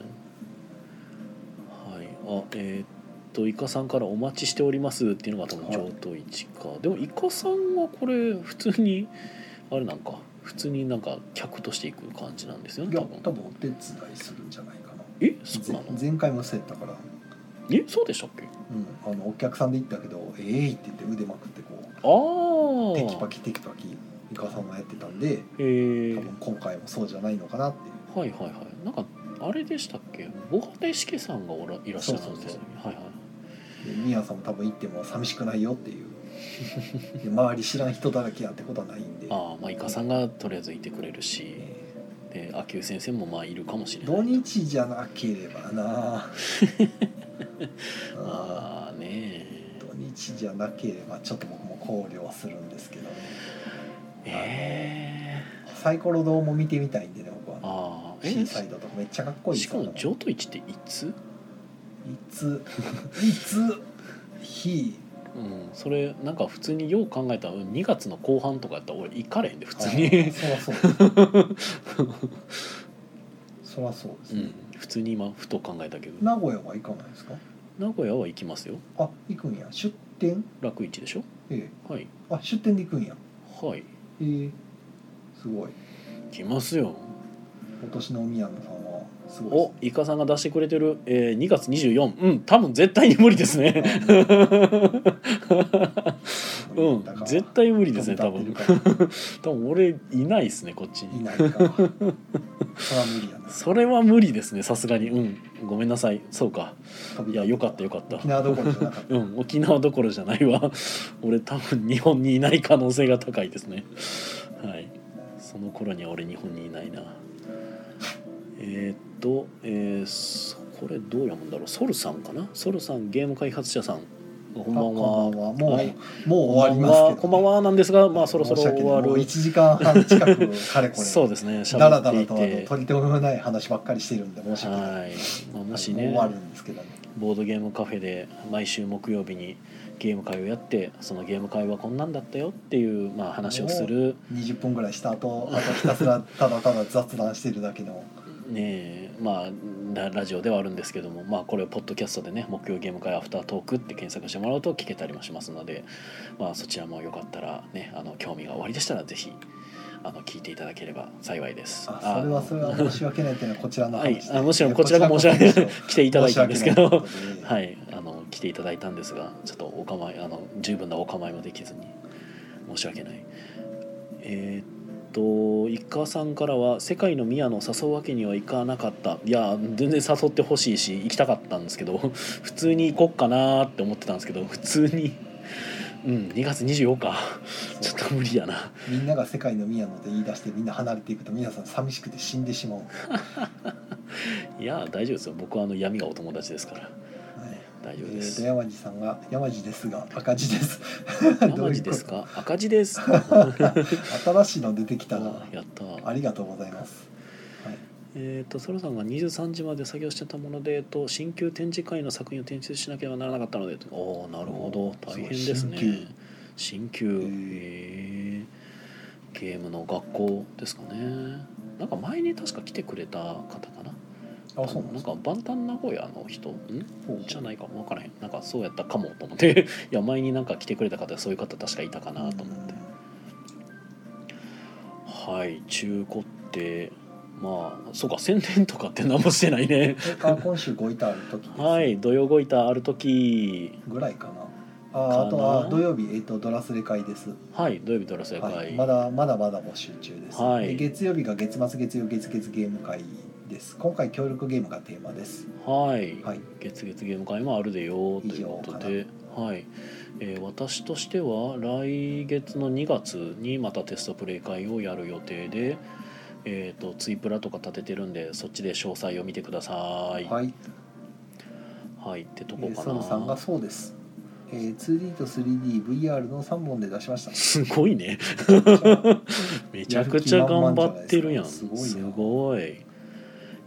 A: はいあえーっとイカさんから「お待ちしております」っていうのが多分上等一か、でもイカさんはこれ普通にあれなんか普通になんか客としていく感じなんですよ
B: い
A: ね
B: や
A: 多
B: 多
A: 分
B: 分お手伝いするんじゃないかな
A: えそうなの
B: ぜ前回もそうやったから、
A: えそうでしたっけ
B: うん、あのお客さんで行ったけど「えい!」って言って腕まくってこ
A: ああ
B: うテキパキテキパキイカさんがやってたんで
A: えー、
B: 多分今回もそうじゃないのかなっていう
A: はいはいはいなんかあれでしたっけボガテシケさんがおらいらっしゃるんですよねはいはい
B: でミヤさんも多分行っても寂しくないよっていうで周り知らん人だらけやってことはないんで、
A: ああまあイカさんがとりあえずいてくれるし
B: え
A: で秋生先生もまあいるかもし
B: ー
A: れな
B: 土
A: い
B: 日じゃなければ なあ
A: まあね
B: ー土日じゃなければちょっと僕も考慮はするんですけどね
A: ええ
B: サイコロ堂も見てみたいんでね僕は
A: ああ
B: シーサ
A: え
B: イドとかめっちゃかっこいい
A: しかも
B: 上
A: 上都市っていつ
B: いついつ日
A: うんそれなんか普通によう考えたら2月の後半とかやったら俺行かれへんで普
B: あ
A: 通
B: ー
A: に
B: そらそうそらそうです
A: う
B: ね、
A: ん普通に今ふと考えたけど
B: 名古屋は行かないですか
A: 名古屋は行きますよ
B: あ行くんや出店
A: 楽市でしょ
B: え
A: はい
B: えあ出店で行くんや
A: はい
B: ええすごい
A: 行きますよ
B: 今年の宮野さんはすごい
A: おイカさんが出してくれてる、えー、2月24うん多分絶対に無理ですね う
B: だか
A: ん
B: ら
A: 絶対無理ですね多
B: 飛
A: 分
B: び立ってるか
A: 多分俺いないですねこっち
B: らい
A: に
B: ないからそれは無理やな
A: それは無理ですねさすがにうんごめんなさいそうか
B: 飛び
A: い
B: 立
A: やよかったよかった
B: 沖縄どころじゃなかった
A: うん沖縄どころじゃないわ 俺多分日本にいない可能性が高いですねはいその頃には俺日本にいないなえーっとえーそこれどうやもんだろうソルさんかなソルさんゲーム開発者さんこんばんは
B: こんばんはもう、
A: はい
B: もう終わりますけど
A: こんばんはなんですがまあそろそろ
B: 申し
A: 終
B: 訳ない
A: わ
B: もう
A: る
B: 1時間半近 くかれこれ
A: そうですね
B: だ
A: 喋
B: ら
A: っ
B: だ
A: て
B: ら
A: い
B: とあの
A: て
B: とり留めもない話ばっかりしてるんで申し訳ない、
A: はい、まあ、もし
B: もう
A: ね
B: 終わるんですけどね
A: ボードゲームカフェで毎週木曜日にゲーム会をやってそのゲーム会はこんなんだったよっていう、まあ、話をする
B: 20分ぐらいした後あとひたすらただただ雑談してるだけの
A: ねえまあララジオではあるんですけども、まあ、これをポッドキャストでね「木曜ゲーム会アフタートーク」って検索してもらうと聞けたりもしますので、まあ、そちらもよかったらねあの興味がおありでしたらぜひあの聞いていただければ幸いです。
B: あそれはそれは申し訳ないっていうのはこちらの
A: はい
B: 話、で
A: あもちろんこちらが申し訳ない来ていただいたんですけど
B: 申し訳ないことで
A: はい、あの来ていただいたんですがちょっとお構いあの十分なお構いもできずに申し訳ないえーっと一家さんからは「世界の宮野を誘うわけにはいかなかった」いや全然誘ってほしいし行きたかったんですけど 普通に行こっかなーって思ってたんですけど普通にうん2月24日 ちょっと無理やな
B: みんなが世界の宮野で言い出してみんな離れていくと皆さん寂しくて死んでしまう、はい
A: や大丈夫ですよ僕はあの闇がお友達ですから
B: い
A: 大
B: え
A: 丈夫で
B: ー、と
A: す
B: 山地さんが「山地ですが赤字です」どう
A: 山
B: い
A: 地
B: うこ
A: です
B: と
A: か赤字 です
B: 新しいの出てきたな
A: あやった
B: ありがとうございます、はい、
A: えー、とソロさんが23時まで作業してたもので、えーと新旧展示会の作品を展示しなければならなかったのでとおおなるほど
B: おー
A: 大変ですね
B: すごい
A: 新
B: 新旧
A: 旧
B: へー
A: へーゲームの学校ですかねなんか前に確か来てくれた方かな
B: あそうなんですか
A: か万端名古屋の人ん
B: ほう
A: じゃないか分からへんなんかそうやったかもと思って いや前になんか来てくれた方そういう方確かいたかなと思ってはい中古ってまあそうか宣伝とかって何もしてないね
B: えあ今週ごいたある時です、
A: はい、土曜ごいたある時
B: ぐらいかなああ
A: か
B: と
A: な
B: あ土曜日、えっとドラスレ会です、
A: はい、土曜日ドラスレ会、
B: はい、まだまだまだ募集中です、
A: はい
B: で月曜日が月末月曜月月ゲーム会です今回協力ゲームがテーマです
A: はい、
B: はい
A: 月月ゲーム会もあるでよということ
B: 以
A: で、はい、えー私としては来月の2月にまたテストプレイ会をやる予定で、えっ、とツイプラとか立ててるんで、そっちで詳細を見てください。
B: はい、
A: はい、ってと
B: え
A: こ
B: ー
A: か
B: ソルさん
A: な
B: が。そうですえー 2D と 3DVR の3本で出しました
A: すごいねめちゃくちゃ頑張ってるやん
B: やる気
A: す
B: 満々じゃないですかすごいな
A: ごい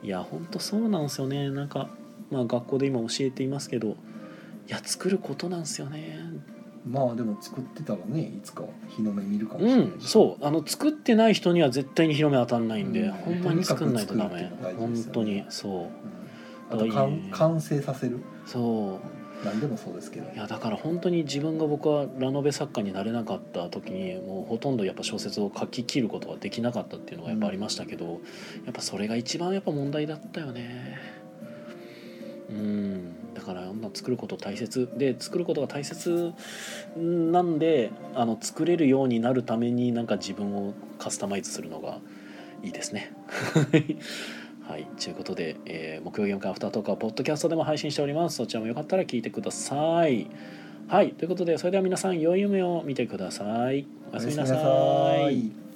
A: いやほんとそうなんですよねなんかまあ学校で今教えていますけどいや作ることなんですよね
B: まあでも作ってたらねいつか日の目見るかもしれ
A: う
B: ない
A: んそうあの作ってない人には絶対に広め当たんないんで、
B: うん
A: ほんまに作んないとダメ
B: とにかく作るっていうのが大事です
A: 本
B: よ
A: 当に
B: ね
A: そう
B: うんあとかん
A: いい
B: 完成させる
A: そう
B: 何でもそうですけど
A: いやだから本当に自分が僕はラノベ作家になれなかった時にもうほとんどやっぱ小説を書き切ることができなかったっていうのがやっぱありましたけど、やっぱそれが一番やっぱ問題だったよねうんだからあんな作ること大切で作ることが大切なんであの作れるようになるためになんか自分をカスタマイズするのがいいですね はい、ということで、えー、木曜ゲーム会アフタートークはポッドキャストでも配信しております。そちらもよかったら聞いてください。はい、ということで、それでは皆さん、良い夢を見てください。おやすみなさ。
B: おやすみないさい